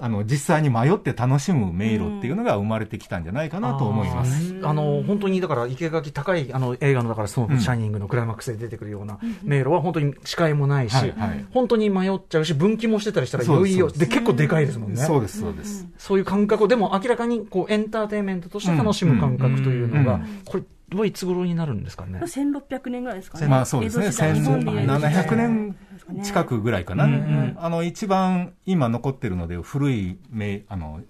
Speaker 5: あの実際に迷って楽しむ迷路っていうのが生まれてきたんじゃないかなと思います。
Speaker 2: あの本当にだから生垣高いあの映画のだからその、
Speaker 5: うん
Speaker 2: シャイニングのクライマックスで出てくるような迷路は本当に視界もないし、
Speaker 5: はいはい
Speaker 2: 本当に迷っちゃうし分岐もしてたりしたらい
Speaker 5: そ
Speaker 2: よ
Speaker 5: うです
Speaker 2: いよ
Speaker 5: そう
Speaker 2: で
Speaker 5: です
Speaker 2: 結構でかいですもんね。
Speaker 5: そうですそうです、
Speaker 2: そういう感覚をでも明らかにこうエンターテインメントとして楽しむ感覚というのが、
Speaker 5: うんうん
Speaker 2: これはいつ頃になるんですかね。
Speaker 4: 1600年ぐらいですかね。
Speaker 5: まあそうですね
Speaker 4: 江戸時代日本でいう
Speaker 5: 1700年近くぐらいかな、
Speaker 3: うんうん
Speaker 5: あの一番今残ってるので古い迷あの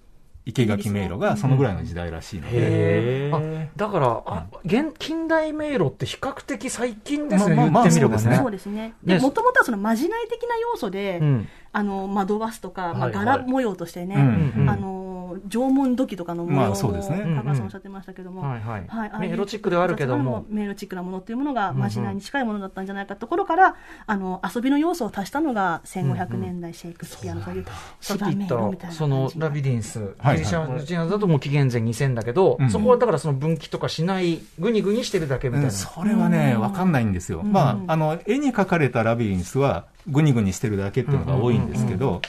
Speaker 5: 生垣迷路がそのぐらいの時代らしいので、
Speaker 2: へ
Speaker 3: へ
Speaker 2: ーあだからあ現近代迷路って比較的最近ですね、
Speaker 5: まあまあ
Speaker 2: 言ってみれば
Speaker 5: そうです
Speaker 4: そ
Speaker 2: ね
Speaker 4: う。です
Speaker 2: ね
Speaker 4: ね。で、もともとはそのまじない的な要素で、
Speaker 2: うん
Speaker 4: あの、惑わすとか、ま
Speaker 3: は
Speaker 4: あ、
Speaker 3: いはい
Speaker 4: 柄模様としてね、
Speaker 5: うん
Speaker 2: うん
Speaker 4: あの、縄文土器とかの模
Speaker 5: ま
Speaker 4: 様
Speaker 5: あ
Speaker 4: も、
Speaker 5: そうですね
Speaker 4: 香川さんおっしゃってましたけども、
Speaker 2: はいはい
Speaker 4: はいああいう
Speaker 2: ねエロチックではあるけども、
Speaker 4: メールチックなものっていうものがまじないに近いものだったんじゃないかところから、あの遊びの要素を足したのが1500年代シェイクスピアのそういう
Speaker 2: さっ
Speaker 4: 初
Speaker 2: き言っ
Speaker 4: 代メールみたい
Speaker 2: た
Speaker 4: な
Speaker 2: そ
Speaker 4: 感
Speaker 2: の
Speaker 4: じ
Speaker 2: ラビリンス、
Speaker 5: はい
Speaker 2: ギリシャのだともう紀元前2000だけど、
Speaker 5: うん
Speaker 2: そこはだからその分岐とかしない、ぐにぐにしてるだけみたいな。
Speaker 5: それはね、わかんないんですよ。まあ、あの、絵に描かれたラビリンスは、ぐにぐにしてるだけっていうのが多いんですけど、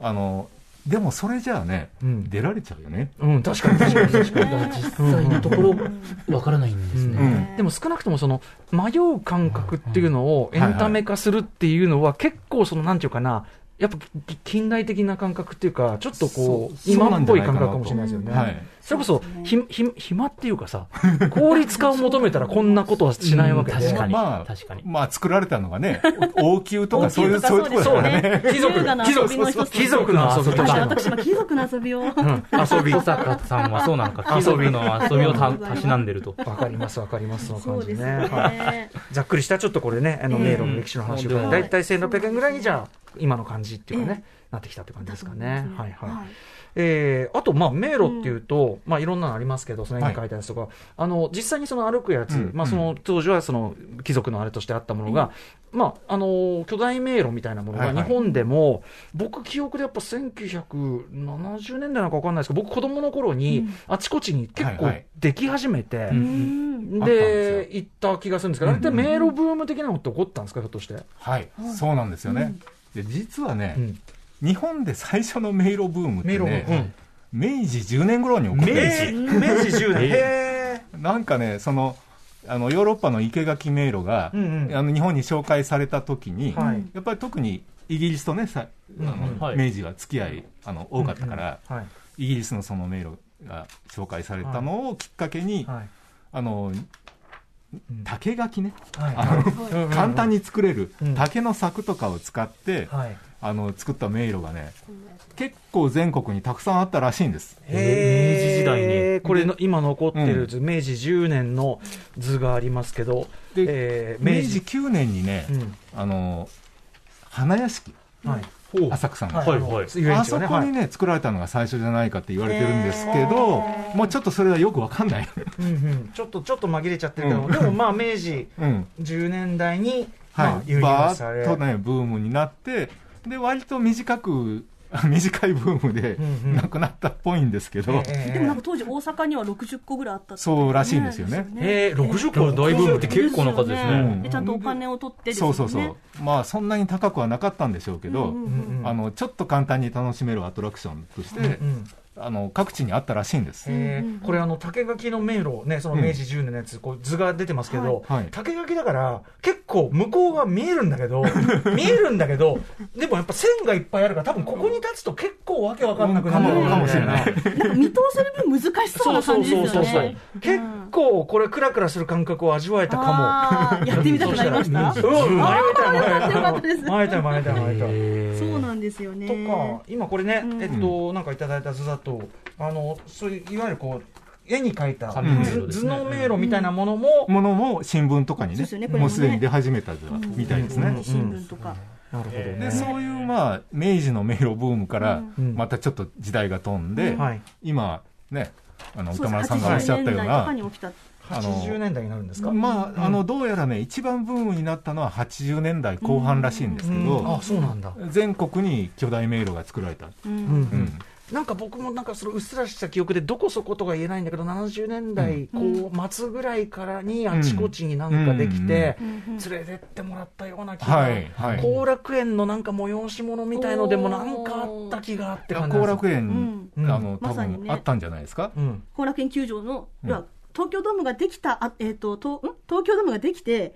Speaker 5: あの、でもそれじゃあね、
Speaker 2: うん
Speaker 5: 出られちゃうよね。
Speaker 2: うん、確かに確かに確かに。
Speaker 3: 実際のところわからないんです
Speaker 2: う
Speaker 3: ね。
Speaker 5: ん
Speaker 2: でも少なくともその迷う感覚っていうのをエ
Speaker 5: はい
Speaker 2: ンタメ化するっていうのは結構そのなんていうかなやっぱき近代的な感覚っていうかちょっとこう
Speaker 5: そう
Speaker 2: 今っぽい感覚かもしれないですよね。
Speaker 5: はい。
Speaker 2: それこそひひ暇っていうかさ効率化を求めたらこんなことはしないわけで
Speaker 3: 確かに
Speaker 5: まあ、
Speaker 3: 確かに
Speaker 5: まあ、作られたの がね、王宮とかそういう、
Speaker 4: 王宮とか
Speaker 5: そういうところだ
Speaker 2: そう
Speaker 5: からね。
Speaker 2: ね貴族
Speaker 4: 優雅な
Speaker 2: 貴
Speaker 4: 遊
Speaker 2: 族
Speaker 4: びの一つ
Speaker 2: 貴族の遊びと
Speaker 4: はい
Speaker 2: しての
Speaker 4: 私今貴族の遊びを
Speaker 2: 遊び
Speaker 3: 小坂さんはそうなのか、貴族の遊びをたたしなんでると。
Speaker 2: わかりますわかりますその
Speaker 4: そ
Speaker 2: 感
Speaker 4: う
Speaker 2: じ
Speaker 4: で
Speaker 2: ね
Speaker 4: す
Speaker 2: はい
Speaker 4: ね。
Speaker 2: ざっくりしたちょっとこれねあの迷路の歴史の話
Speaker 3: うん
Speaker 2: を大体1600円ぐらいにじゃあ今の感じっていうかねなってきたって感じですかね
Speaker 4: だと
Speaker 2: はい
Speaker 4: 思いま
Speaker 2: は
Speaker 4: す
Speaker 2: い
Speaker 4: ねはい
Speaker 2: えーあと、まあ、迷路っていうと、まあ、いろんなのありますけど、その絵に書いたやつとか、あの実際にその歩くやつ、
Speaker 5: うん
Speaker 2: まあ、その当時はその貴族のあれとしてあったものが、まああのー巨大迷路みたいなもの
Speaker 5: は
Speaker 2: が
Speaker 5: い
Speaker 2: 日
Speaker 5: はい
Speaker 2: 本でも、僕、記憶でやっぱ1970年代なんか分かんないですけど、僕、子供の頃にあちこちに結
Speaker 5: は
Speaker 2: 構
Speaker 5: いはい
Speaker 2: でき始めて。
Speaker 4: うん
Speaker 5: あったんですよ
Speaker 2: で行った気がするんですけど、あれって迷路ブーム的なのって起こったんですか、ひょっとして。
Speaker 5: はい。そうなんですよね。で、実はね
Speaker 2: う、ん
Speaker 5: 日本で最初の迷路ブームっ
Speaker 2: 迷
Speaker 5: て
Speaker 2: 路ブーム
Speaker 5: ね、明治10年頃に起こってるんですよ
Speaker 2: えー明治10年、へ
Speaker 5: なんかね、その、あの、ヨーロッパの生垣迷路が、
Speaker 2: うんうん
Speaker 5: あの、日本に紹介された時に、
Speaker 2: ーはい
Speaker 5: やっぱり特にイギリスとね、さあの
Speaker 3: うんはい
Speaker 5: 明治は付き合いあの多かったから、
Speaker 2: はい
Speaker 5: イギリスのその迷路が紹介されたのをきっかけに、
Speaker 2: はい
Speaker 5: あの竹垣ね、
Speaker 2: はい
Speaker 5: あの
Speaker 2: うんうん
Speaker 5: 簡単に作れる
Speaker 2: うん
Speaker 5: 竹の柵とかを使って、
Speaker 2: はい
Speaker 5: あの作った迷路がね、結構全国にたくさんあったらしいんです。
Speaker 2: へー
Speaker 3: 明治時代に
Speaker 2: これの今残ってる図、明治10年の図がありますけど、
Speaker 5: で
Speaker 2: えー
Speaker 5: 明治9年にね、あの花屋敷
Speaker 2: うんはい
Speaker 5: 浅草の、
Speaker 3: はいはい
Speaker 2: 遊園
Speaker 5: あ
Speaker 2: 地
Speaker 5: そ
Speaker 2: がね
Speaker 5: こ
Speaker 2: は
Speaker 5: に
Speaker 2: い
Speaker 5: ね、作られたのが最初じゃないかって言われてるんですけど、もうちょっとそれはよくわかんない。
Speaker 2: うんうんちょっとちょっと紛れちゃってるけど、
Speaker 5: うん
Speaker 2: でもまあ明治
Speaker 5: うん。
Speaker 2: 10年代に、まあ
Speaker 5: はい。
Speaker 2: ユニバー
Speaker 5: バ
Speaker 2: サル
Speaker 5: ーッとね、ブームになって、で、割と短く、 短いブームで
Speaker 2: うんうん
Speaker 5: なくなったっぽいんですけど、
Speaker 4: でもなんか当時大阪には60個ぐらいあったって
Speaker 5: そうらしいんですよね
Speaker 2: えー、60個の大ブームって
Speaker 3: 結構な数ですね
Speaker 4: よ
Speaker 5: うん
Speaker 4: でちゃんとお金を取ってです
Speaker 5: そ
Speaker 4: よ
Speaker 5: う
Speaker 4: ね。
Speaker 5: そうそう。まあ、そんなに高くはなかったんでしょうけど、
Speaker 4: うんうん
Speaker 2: うんうん
Speaker 5: あの、ちょっと簡単に楽しめるアトラクションとして、
Speaker 2: うん
Speaker 5: あの、各地にあったらしいんです。
Speaker 2: えーこれあの竹垣の迷路ねその明治10年のやつこう図が出てますけど、
Speaker 5: はいはい
Speaker 2: 竹垣だから結構向こうが見えるんだけ ど見えるんだけどでもやっぱ線がいっぱいあるから多分ここに立つと結構わけわかんなくなる
Speaker 5: うんかもかもしれない
Speaker 2: うん
Speaker 4: なんか見通せる分難しそうな感じですよね。
Speaker 2: 結構これクラクラする感覚を味わえたか
Speaker 4: あーやってみたくなりました。
Speaker 2: もうん迷えた迷
Speaker 4: よかったよかっ
Speaker 2: え
Speaker 4: たで
Speaker 2: た
Speaker 4: す
Speaker 2: 迷えた迷えた迷えた
Speaker 4: そうなんですよね。
Speaker 2: とか、今これね、
Speaker 4: うん
Speaker 2: えっと、なんかいただいた図だと、あの、そういう、いわゆるこう、絵に描いた
Speaker 3: 紙
Speaker 5: 迷
Speaker 2: 図
Speaker 3: 路です
Speaker 2: 図
Speaker 3: ね
Speaker 2: の迷路みたいなものも、
Speaker 5: ものも新聞とか
Speaker 4: そ
Speaker 5: に
Speaker 4: う
Speaker 5: ね
Speaker 4: ですよねこれもね
Speaker 5: もうすでに出始めたみたいですね。
Speaker 4: うん新聞とか。
Speaker 2: なるほど
Speaker 5: で
Speaker 2: ね。
Speaker 5: そういう、まあ、明治の迷路ブームから、
Speaker 2: うん
Speaker 5: またちょっと時代が飛んで、
Speaker 2: はい
Speaker 5: 今、ね、あの
Speaker 4: そう
Speaker 5: 歌
Speaker 4: です
Speaker 5: 丸さんがおっしゃったよう
Speaker 4: 80年代とか
Speaker 5: な
Speaker 4: に、起きた。
Speaker 5: あ
Speaker 2: 80年代になるんですか
Speaker 5: のまあ、あのどうやらね、一番ブームになったのは80年代後半らしいんですけ
Speaker 2: うんあ、
Speaker 5: ど、
Speaker 2: そうなんだ。
Speaker 5: 全国に巨大迷路が作られた、
Speaker 4: う
Speaker 2: うん
Speaker 4: ん
Speaker 5: うん
Speaker 2: なんか僕もなんかそのうっすらした記憶でどこそことか言えないんだけど70年代こう末ぐらいからにあちこちになんかできて連れてってもらったような気が、
Speaker 5: はいはい
Speaker 2: 後楽園のなんか催し物みたいのでもなんかあった気があって感じ
Speaker 5: 後楽園、
Speaker 2: うん
Speaker 5: あの
Speaker 4: ま
Speaker 5: 多
Speaker 4: さに
Speaker 5: 分
Speaker 4: ね
Speaker 5: あったんじゃないですか、
Speaker 2: うん
Speaker 4: 後楽園球場の、
Speaker 5: うん
Speaker 4: 要は東京ドームができた、あえっととん東京ドームができて、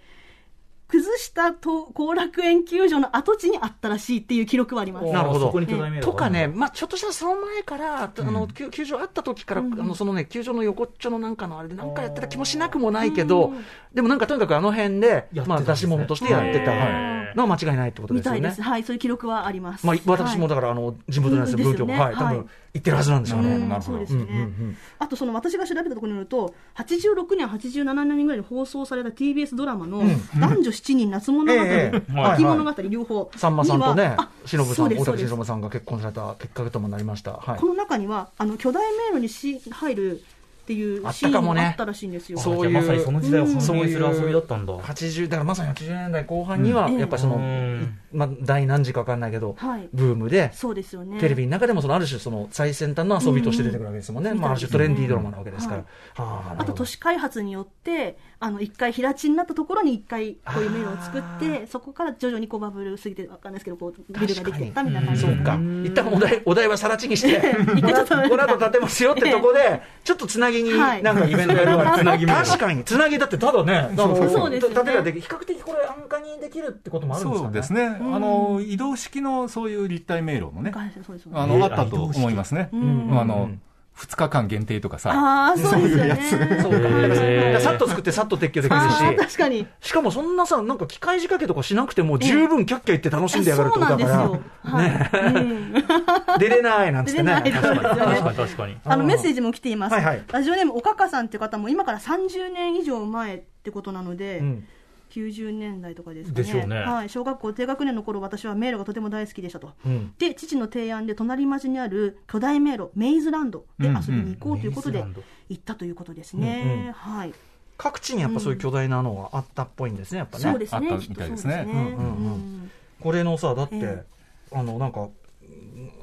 Speaker 4: 崩したと後楽園球場の跡地にあったらしいっていう記録はあります。
Speaker 2: なるほど
Speaker 3: そこに巨大迷路
Speaker 2: と
Speaker 3: が
Speaker 2: かね、まあ、ちょっとしたらその前から、あの球球場あった時から、あのそのね、球場の横っちょのなんかのあれで、なんかやってた気もしなくもないけど、でもなんかとにかくあの辺で、
Speaker 3: やってたんですね
Speaker 2: まあ、出し物としてやってた
Speaker 3: へー
Speaker 2: のは間違いないってことで
Speaker 4: み
Speaker 2: すよ
Speaker 4: たいで
Speaker 2: ね
Speaker 4: す。。はい、そういう記録はあります。
Speaker 2: まあ、私も
Speaker 4: はい
Speaker 2: だから、あの地元じゃないですけど、
Speaker 4: うん
Speaker 2: 文教も、
Speaker 4: ですよ
Speaker 2: は
Speaker 4: ね
Speaker 2: い、多分
Speaker 4: は
Speaker 2: 行
Speaker 4: い
Speaker 2: ってるはずなんですよ
Speaker 5: も
Speaker 4: うん
Speaker 2: ね。
Speaker 5: なるほど
Speaker 4: そうですね、
Speaker 2: うんうんうん
Speaker 4: あとその私が調べたところによると86年87年ぐらいに放送された TBS ドラマの「男女7人夏物語」
Speaker 2: ええ
Speaker 3: はい
Speaker 4: 秋物語両方
Speaker 2: さんまさんと
Speaker 4: に
Speaker 2: ね
Speaker 4: はあ、
Speaker 2: しのぶさ、
Speaker 4: そうんで
Speaker 2: 大
Speaker 4: すそう
Speaker 2: 竹し
Speaker 4: です
Speaker 2: のぶさんが結婚された結果ともなりました。はい
Speaker 4: こ。の中にはあの巨大迷路にし入るっていう
Speaker 2: あっ
Speaker 4: シ
Speaker 2: たか
Speaker 4: ーン
Speaker 2: もね
Speaker 4: があったらしいんですよ。
Speaker 2: そういう
Speaker 3: じゃあまさにその時代を反映す
Speaker 2: そういう
Speaker 3: る遊びだったんだ。
Speaker 2: 80だからまさに80年代後半には、
Speaker 4: うん
Speaker 2: やっぱりその、
Speaker 3: うん
Speaker 2: まあ、第何時か分かんないけど、
Speaker 4: はい
Speaker 2: ブームで、
Speaker 4: そうですよね。
Speaker 2: テレビの中でもそのある種その最先端の遊びとして出てくるわけですもんね、
Speaker 4: うん
Speaker 2: まあ、ある種トレンディードラマなわけですから、
Speaker 4: うん
Speaker 2: あ
Speaker 4: あと都市開発によってあの一回平地になったところに一回こういう迷路を作っ
Speaker 2: あ
Speaker 4: てそこから徐々にこうバブル過ぎてわかんないですけどこうビルができてい
Speaker 2: 確
Speaker 4: っ
Speaker 2: か
Speaker 4: た
Speaker 2: に
Speaker 4: みたいな感じ
Speaker 2: そうか
Speaker 3: うん
Speaker 2: 一旦お題お題はさらちにして
Speaker 4: 回ちょっと
Speaker 2: この後建てますよってとこでちょっとつなぎに
Speaker 4: は
Speaker 2: なん
Speaker 4: い
Speaker 2: かイベントやるわ
Speaker 3: つなぎ目の
Speaker 2: 確かにつなぎだってただねあの
Speaker 4: そうですよ
Speaker 2: 建
Speaker 4: ね
Speaker 2: てができ比較的これ安価にできるってこともあるんですか
Speaker 5: そう
Speaker 2: ね
Speaker 5: ですね、あの移動式のそういう立体迷路もね、
Speaker 4: そうですよね
Speaker 5: あ
Speaker 3: えー
Speaker 5: のあった
Speaker 3: あ移
Speaker 5: と
Speaker 3: 動式
Speaker 5: 思いますね、
Speaker 4: ん
Speaker 5: あ
Speaker 2: う
Speaker 5: の
Speaker 2: ん
Speaker 5: 2日間限定とかさ、
Speaker 4: ああそうですよね。
Speaker 2: そうかだから
Speaker 3: へー
Speaker 2: だからさっと作ってさっと撤去でき
Speaker 4: あー
Speaker 2: るし
Speaker 4: 確かに。
Speaker 2: しかもそんなさなんか機械仕掛けとかしなくても十分キャッキャ言って楽しんでやがるって
Speaker 4: そう
Speaker 2: こと
Speaker 4: なんで
Speaker 2: だ
Speaker 4: すよ
Speaker 2: か。
Speaker 4: はい。うん
Speaker 2: ら出れないなんつって
Speaker 4: 出ない
Speaker 2: ね
Speaker 4: ですよ
Speaker 3: 確か
Speaker 4: ね。
Speaker 3: に確かに。
Speaker 4: あのメッセージも来ています。
Speaker 2: はいはい
Speaker 4: ラジオネームおかかさんっていう方も今から30年以上前ってことなので、
Speaker 2: うん
Speaker 4: 90年代とかですかね
Speaker 3: でしょうね
Speaker 4: はい、小学校低学年の頃私は迷路がとても大好きでしたと、
Speaker 2: うん
Speaker 4: で父の提案で隣町にある巨大迷路メイズランドで遊びに行こうということで
Speaker 3: うんうんメイズラン
Speaker 4: 行ったということですね、
Speaker 2: うんうん
Speaker 4: はい、
Speaker 2: 各地にやっぱそういう巨大なのがあったっぽいんですねやっぱね
Speaker 4: そうですね
Speaker 5: あったみたいですね
Speaker 4: きっと
Speaker 2: うん
Speaker 4: そう
Speaker 5: うん
Speaker 2: うん
Speaker 4: うん
Speaker 2: これのさだって、
Speaker 4: え
Speaker 2: あのなんかうん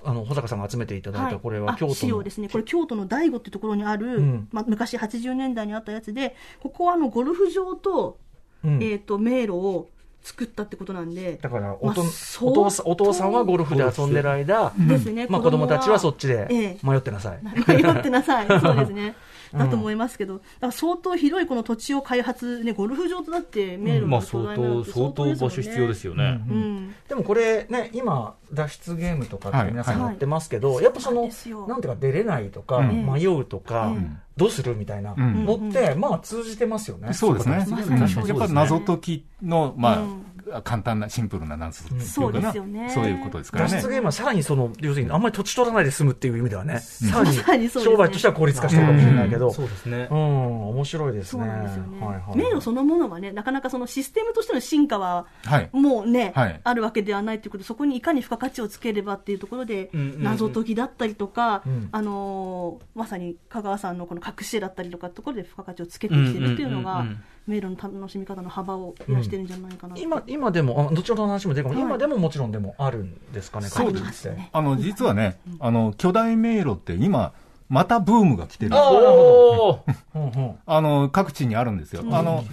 Speaker 2: あの保坂さんが集めていただい
Speaker 4: は
Speaker 2: た
Speaker 4: い、
Speaker 2: これは
Speaker 4: あ
Speaker 2: 京都
Speaker 4: 資
Speaker 2: の、
Speaker 4: 料ですねこれ京都の醍醐ってところにある、
Speaker 2: うん
Speaker 4: まあ、昔80年代にあったやつでここはあのゴルフ場と,、
Speaker 2: うん
Speaker 4: えー、と迷路を作ったってことなんで
Speaker 2: だからおと、
Speaker 4: まあ
Speaker 2: お父さんお父さんはゴルフで遊んでる間、
Speaker 4: ですね
Speaker 2: まあ、
Speaker 4: 子
Speaker 2: 子
Speaker 4: 供
Speaker 2: 供
Speaker 4: は
Speaker 2: たちはそっち
Speaker 4: ええ
Speaker 2: で迷ってなさい、
Speaker 4: 迷ってなさい、そうですね、だと思いますけど、だから相当広いこの土地を開発、ね、ゴルフ場とだって、迷路
Speaker 3: まあ
Speaker 4: が巨
Speaker 3: 相
Speaker 4: 大なの
Speaker 3: 当
Speaker 4: って
Speaker 3: 相当場所必要ですすよね。
Speaker 4: よね。うん
Speaker 2: でもこれね今脱出ゲームとかって皆さんやってますけど、
Speaker 4: はいはい
Speaker 2: やっぱそ
Speaker 4: そ
Speaker 2: の
Speaker 4: うなん
Speaker 2: な
Speaker 4: ですよ
Speaker 2: んていうか出れないとか、
Speaker 5: うん
Speaker 2: 迷うとか、
Speaker 4: うん
Speaker 2: どうするみたいな
Speaker 5: うん
Speaker 2: のって、まあ通じてますよね
Speaker 5: そうですね、
Speaker 4: ま
Speaker 5: やっ
Speaker 4: さにそうですね
Speaker 5: ぱり謎解きの、まあ
Speaker 4: う
Speaker 5: 簡単なシンプルな謎解きってい
Speaker 4: そう
Speaker 5: うか
Speaker 4: で
Speaker 5: な、
Speaker 4: すよね
Speaker 5: そういうことですから
Speaker 2: 脱
Speaker 5: ね
Speaker 2: 出。ゲームはさらにその要するにあんまり土地取らないで済むっていう意味ではね、さらに
Speaker 4: さらにそうですね
Speaker 2: 商売としては効率化してるかもしれないけど、
Speaker 3: そうですね
Speaker 2: う。ん、面白いです
Speaker 4: そ
Speaker 2: ね。
Speaker 4: うなんですよね、
Speaker 2: はいはい
Speaker 4: 迷路そのものはね、なかなかそのシステムとしての進化は、
Speaker 5: はい
Speaker 4: もうね、
Speaker 5: はい
Speaker 4: あるわけではないということで、そこにいかに付加価値をつければっていうところで、
Speaker 3: うんうんうん
Speaker 4: 謎解きだったりとか、
Speaker 2: うん
Speaker 4: あのーまさに香川さんのこの隠し絵だったりとかってところで、付加価値をつけてきてるっていうのが、
Speaker 3: うんうんうんうん
Speaker 4: 迷路の楽しみ方の幅を増やしてるんじゃないかなと、
Speaker 2: 今、今でも、あどちらの話も出るかも、
Speaker 4: はい
Speaker 2: 今でももちろんでもあるんですかね、
Speaker 5: そう
Speaker 2: で
Speaker 4: ですね
Speaker 5: あの実はね、あの巨大迷路って今、またブームが来てる、
Speaker 3: おー
Speaker 2: うんうん。
Speaker 5: あの各地にあるんですよ。あの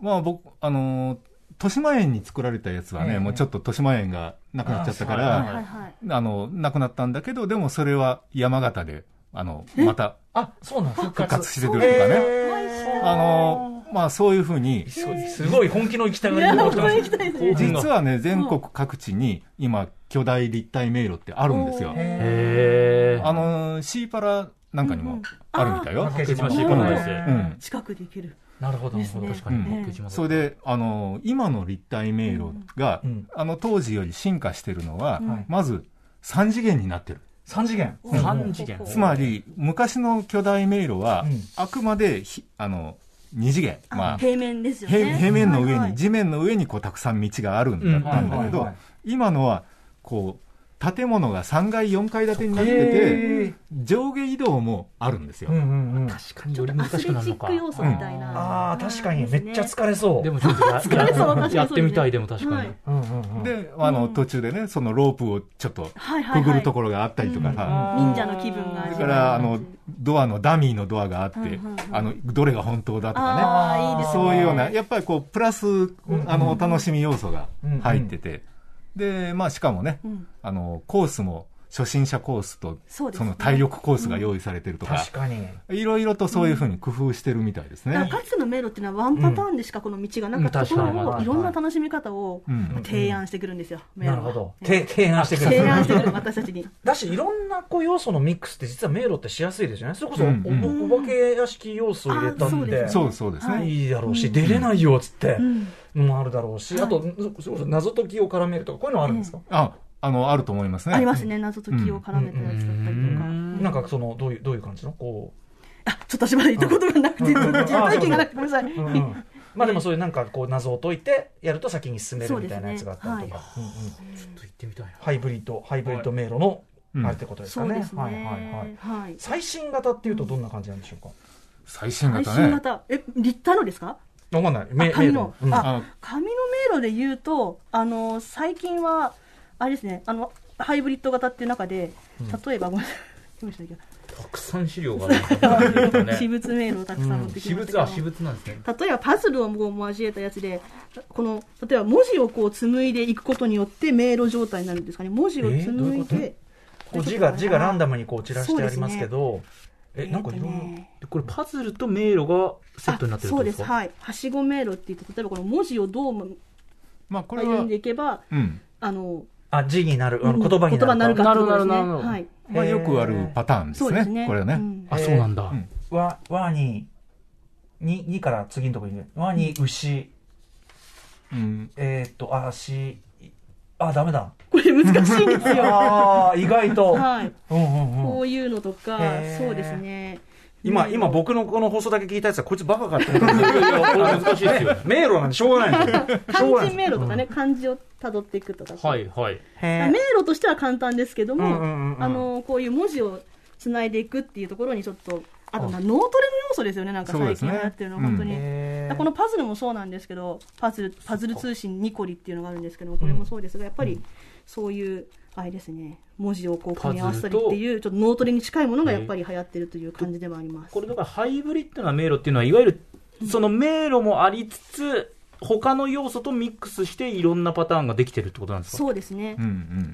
Speaker 5: まあ僕あの豊島園に作られたやつは
Speaker 2: え
Speaker 5: ね、
Speaker 2: え
Speaker 5: もうちょっと豊島園がなくなっちゃったか
Speaker 3: あ
Speaker 5: ら、
Speaker 3: そう
Speaker 4: はいはいはい
Speaker 5: あのなくなったんだけど、でもそれは山形であのまた
Speaker 2: あ、そうなん復
Speaker 5: 復活してるとかね、
Speaker 2: えー
Speaker 5: あのまあ、そういうふうに、
Speaker 2: すごい本気の行きたい
Speaker 4: いや、本当に行き
Speaker 2: す
Speaker 4: たいですね。
Speaker 5: 実はね、全国各地に今、巨大立体迷路ってあるんですよ。
Speaker 3: へ
Speaker 5: あのシーパラなんかに
Speaker 4: うんう
Speaker 5: も
Speaker 4: ん
Speaker 5: あるみたいよ。
Speaker 2: 竹島
Speaker 3: シ
Speaker 2: シ
Speaker 3: ー
Speaker 2: ー
Speaker 3: パ
Speaker 2: パ
Speaker 3: ラ
Speaker 2: ラダ
Speaker 3: ダイ
Speaker 2: イ
Speaker 3: ス
Speaker 2: ス
Speaker 5: うん
Speaker 4: 近くで行ける。
Speaker 2: なるほど、なるほど。
Speaker 3: 確かに
Speaker 4: う
Speaker 3: ね
Speaker 4: ん。
Speaker 5: それで、あの今の立体迷路が、
Speaker 2: うん
Speaker 5: あの当時より進化してるのは、
Speaker 2: ん
Speaker 5: まず3次元になってる。
Speaker 2: 三次元。
Speaker 3: うん三次元。
Speaker 5: つまり、昔の巨大迷路は、
Speaker 2: うん
Speaker 5: あくまでひあの2次元。まあ
Speaker 4: 平面ですよね。
Speaker 5: 平平面の上
Speaker 4: はいは
Speaker 5: に
Speaker 4: い
Speaker 5: 地面の上にこうたくさん道があるんだったんだけ
Speaker 2: うんはいはい
Speaker 5: ど
Speaker 2: はい
Speaker 5: 今のはこう建物が3階、4階建てになってて、上下移動もあるんですよ。
Speaker 2: うんうんうん
Speaker 3: 確かに
Speaker 4: ちょ
Speaker 3: よ
Speaker 4: っ
Speaker 3: り
Speaker 4: と
Speaker 3: 難
Speaker 4: アスレ
Speaker 3: し
Speaker 4: チ
Speaker 3: くなるの
Speaker 4: ッ
Speaker 3: か
Speaker 4: ク要素みたいな。
Speaker 2: ああ確かにめっちゃ疲れ
Speaker 3: う
Speaker 2: そ
Speaker 3: ん
Speaker 2: う
Speaker 3: でもちょっとや
Speaker 4: 疲れそう確かにそうですね
Speaker 3: やってみたいでも確かに、
Speaker 4: はい
Speaker 2: うんうんうん
Speaker 5: で、あ
Speaker 4: う
Speaker 5: の、
Speaker 4: ん
Speaker 5: 途中でね、そのロープをちょっと
Speaker 4: はいはい
Speaker 5: くぐ
Speaker 4: は
Speaker 5: る
Speaker 4: い。
Speaker 5: ところがあったりとかさ、
Speaker 4: 忍者の気分が
Speaker 5: それ
Speaker 4: 味わ
Speaker 5: か
Speaker 4: える
Speaker 5: ら、あの、ドアの、ダミーのドアがあって
Speaker 4: うんうんう、ん
Speaker 5: あの、どれが本当だとかね。
Speaker 4: ああいいですね。
Speaker 5: そういうような、やっぱりこう、プラス、あの、お楽しみ要素が
Speaker 2: うん
Speaker 5: 入ってて、で、まあ、しかもね、
Speaker 4: うん
Speaker 5: あの、コースも、初心者コースと、
Speaker 4: そうです
Speaker 5: そ
Speaker 4: ね
Speaker 5: の体力コースが用意されてるとか
Speaker 2: 確、かに
Speaker 5: いろいろとそういうふうに工夫してるみたいです
Speaker 4: だから
Speaker 5: ね。
Speaker 4: かつての迷路っていうのはワンパターンでしかこの道がなかったとこ
Speaker 3: うん確
Speaker 4: ろ
Speaker 3: か
Speaker 4: を
Speaker 3: に
Speaker 4: いろんな楽しみ方を
Speaker 5: うん
Speaker 4: 提案してくるんですよ、迷路
Speaker 2: な
Speaker 4: は
Speaker 2: るほど
Speaker 4: え
Speaker 2: て
Speaker 4: え
Speaker 2: 提案してくれ
Speaker 4: 提案
Speaker 2: る
Speaker 4: してくる私たちに
Speaker 2: だしいろんなこう要素のミックスって実は迷路ってしやすいですよねそれこそお
Speaker 5: うんう
Speaker 2: おお化け屋敷要素を入れた
Speaker 4: あそ
Speaker 2: っ
Speaker 4: うです
Speaker 2: て
Speaker 4: ね
Speaker 5: そうそうです
Speaker 4: は
Speaker 5: ね。
Speaker 2: いいだろうし出れないよっつって
Speaker 4: ん
Speaker 2: のもあるだろうしあとそそれこそ謎解きを絡めるとかこういうのはあるんですか
Speaker 5: あ、あの、あると思いますね。
Speaker 4: ありますね謎解きを絡めたやつだったりとか、
Speaker 3: うん
Speaker 2: なんかそのどういうどういう感じのこ
Speaker 4: あちょっとしばらく行ったことがなくて、
Speaker 2: うん
Speaker 4: 実体験がなくてごめんなさい、
Speaker 2: う、まあでもそういうなんかこう謎を解いてやると先に進めるみたいなやつがあったりとか、うんうん
Speaker 3: と行ってみたいな
Speaker 2: ハイブリッドハイブリッド迷路の
Speaker 5: うん
Speaker 2: あれってことです
Speaker 4: そ
Speaker 2: か
Speaker 4: う
Speaker 2: ね、
Speaker 4: ですね
Speaker 2: はいはいはい
Speaker 4: はい
Speaker 2: 最新型っていうとどんな感じなんでしょうか、
Speaker 5: 最新
Speaker 4: 最
Speaker 5: 型
Speaker 4: 新
Speaker 5: ね。
Speaker 4: 型え立体のですか
Speaker 2: わかんない
Speaker 4: あ
Speaker 2: め
Speaker 4: 紙の、
Speaker 2: 迷路うん
Speaker 4: あ
Speaker 5: あ
Speaker 4: 紙の迷路で言うとあの最近はあれですねあのハイブリッド型っていう中で例えば、ごめんなさい用意しなきゃ
Speaker 3: たくさん資料があるんです ね
Speaker 4: 私物メールをたくさん持ってき
Speaker 3: 私
Speaker 4: まし
Speaker 3: 物
Speaker 4: たけど、
Speaker 3: は私物なんですね
Speaker 4: 例えばパズルをこう交えたやつでこの例えば文字をこう紡いでいくことによって迷路状態になるんですかね文字を
Speaker 2: えどう
Speaker 4: 紡
Speaker 2: いう
Speaker 4: い
Speaker 2: こと
Speaker 4: で、
Speaker 2: こう字が字がランダムにこう散らしてありますけどえなんかい
Speaker 4: えっ
Speaker 2: ろ
Speaker 4: と
Speaker 2: いろ、
Speaker 4: ね
Speaker 3: でこれパズルと迷路がセットになってるって
Speaker 4: そ
Speaker 3: こと
Speaker 4: うで
Speaker 3: ですすか
Speaker 4: はいはしご迷路って言って例えばこの文字をどう
Speaker 5: まあ、これ
Speaker 4: 歩
Speaker 5: は
Speaker 4: んで、いけば
Speaker 5: うん。
Speaker 4: あの
Speaker 2: あ字になるあの
Speaker 4: うん
Speaker 2: 言葉になる
Speaker 4: 言葉になるかってことですね
Speaker 3: なるほどなるほど
Speaker 4: はい
Speaker 5: まあ、よくあるパターンで
Speaker 4: そう
Speaker 5: す
Speaker 4: です
Speaker 5: ね。
Speaker 4: ね
Speaker 5: これは
Speaker 4: う
Speaker 5: ね。
Speaker 4: ん
Speaker 3: あそうなんだ、
Speaker 5: うん
Speaker 2: わわにににから次のところにわに牛
Speaker 5: うん。
Speaker 2: えーっとあしあダメだ
Speaker 4: これ難しいん ですよ
Speaker 2: あー意外と、
Speaker 4: はい
Speaker 2: うんうんうん
Speaker 4: こういうのとか
Speaker 2: へー
Speaker 4: そうですね
Speaker 2: 今、
Speaker 4: うん
Speaker 2: 今僕のこの放送だけ聞いたやつは、こいつバカかって思ってる。難しいですよ。迷路なんでしょうがないんですよしょうがな
Speaker 4: 漢
Speaker 2: い
Speaker 4: 字
Speaker 2: んですよ
Speaker 4: 迷路とかね漢字をたどっていくとか
Speaker 3: はいはい
Speaker 2: へー
Speaker 4: 迷路としては簡単ですけども、
Speaker 2: うんうんうん
Speaker 4: あのこういう文字をつないでいくっていうところにちょっとあとな
Speaker 2: あ
Speaker 4: 脳トレの要素ですよねなんか
Speaker 5: そうで
Speaker 4: 最
Speaker 5: す
Speaker 4: 近
Speaker 5: ね
Speaker 4: 流行ってるのは本当に、
Speaker 2: へー
Speaker 4: このパズルもそうなんですけどパズルパズル通信ニコリっていうのがあるんですけどもこれもそうですがやっぱりそういうあれですね文字をこう組み合わせたりっていうちょっと脳トレに近いものがやっぱり流行ってるという感じでもあります
Speaker 3: これだからハイブリッドな迷路っていうのはいわゆるその迷路もありつつ他の要素とミックスしていろんなパターンができてるってことなんですか
Speaker 4: そうですね、
Speaker 5: うんうん。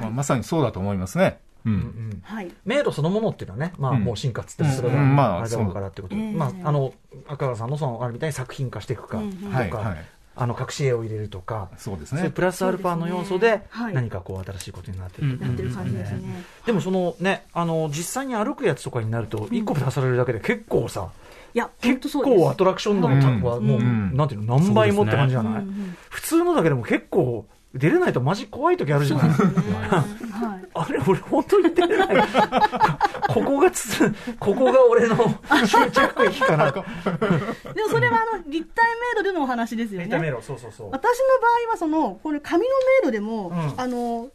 Speaker 5: まあ、まさにそうだと思いますね。う。
Speaker 2: うんうんん
Speaker 4: はい
Speaker 2: 迷路そのものっていうのはね、まあ、
Speaker 5: うん
Speaker 2: もう進化っつってそれ
Speaker 5: うんま
Speaker 2: が
Speaker 5: あ
Speaker 2: あれだろうからってことで、
Speaker 4: そう
Speaker 2: ま
Speaker 4: ええ
Speaker 2: あ、あの赤川さんのそのあれみたいに作品化していくか、
Speaker 4: うんうん
Speaker 2: と
Speaker 5: はい、は
Speaker 2: か
Speaker 5: い。
Speaker 2: あの隠し絵を入れるとか、
Speaker 5: そうです
Speaker 2: そういう
Speaker 5: ね
Speaker 2: プ。ラスアルファの要素で
Speaker 4: そうですねはい
Speaker 2: 何かこう新しいことになってるってこと
Speaker 4: やってる感じですね、
Speaker 2: でもそのねあの実際に歩くやつとかになると一個出されるだけで結構さ、
Speaker 4: いや本当
Speaker 2: 結
Speaker 4: そうです
Speaker 2: 構アトラクション度の高は
Speaker 4: うん
Speaker 2: もう、
Speaker 5: うん
Speaker 2: なんていうの何倍もって感じじゃ
Speaker 4: うん
Speaker 2: ない、
Speaker 4: うん
Speaker 2: 普通のだけでも結構出れないとマジ怖い時あるじ
Speaker 4: そ
Speaker 2: ゃ
Speaker 4: う
Speaker 2: ない
Speaker 4: ですよね。はい。
Speaker 2: あれ俺本当に出れない ここがつここが俺の終着駅かな
Speaker 4: でもそれはあの立体迷路でのお話ですよね。
Speaker 2: 見
Speaker 4: 私
Speaker 2: た
Speaker 4: の
Speaker 2: 目
Speaker 4: 場
Speaker 2: ろそうそうそう
Speaker 4: 合はそのこれ紙の迷路でも、
Speaker 2: うん
Speaker 4: あの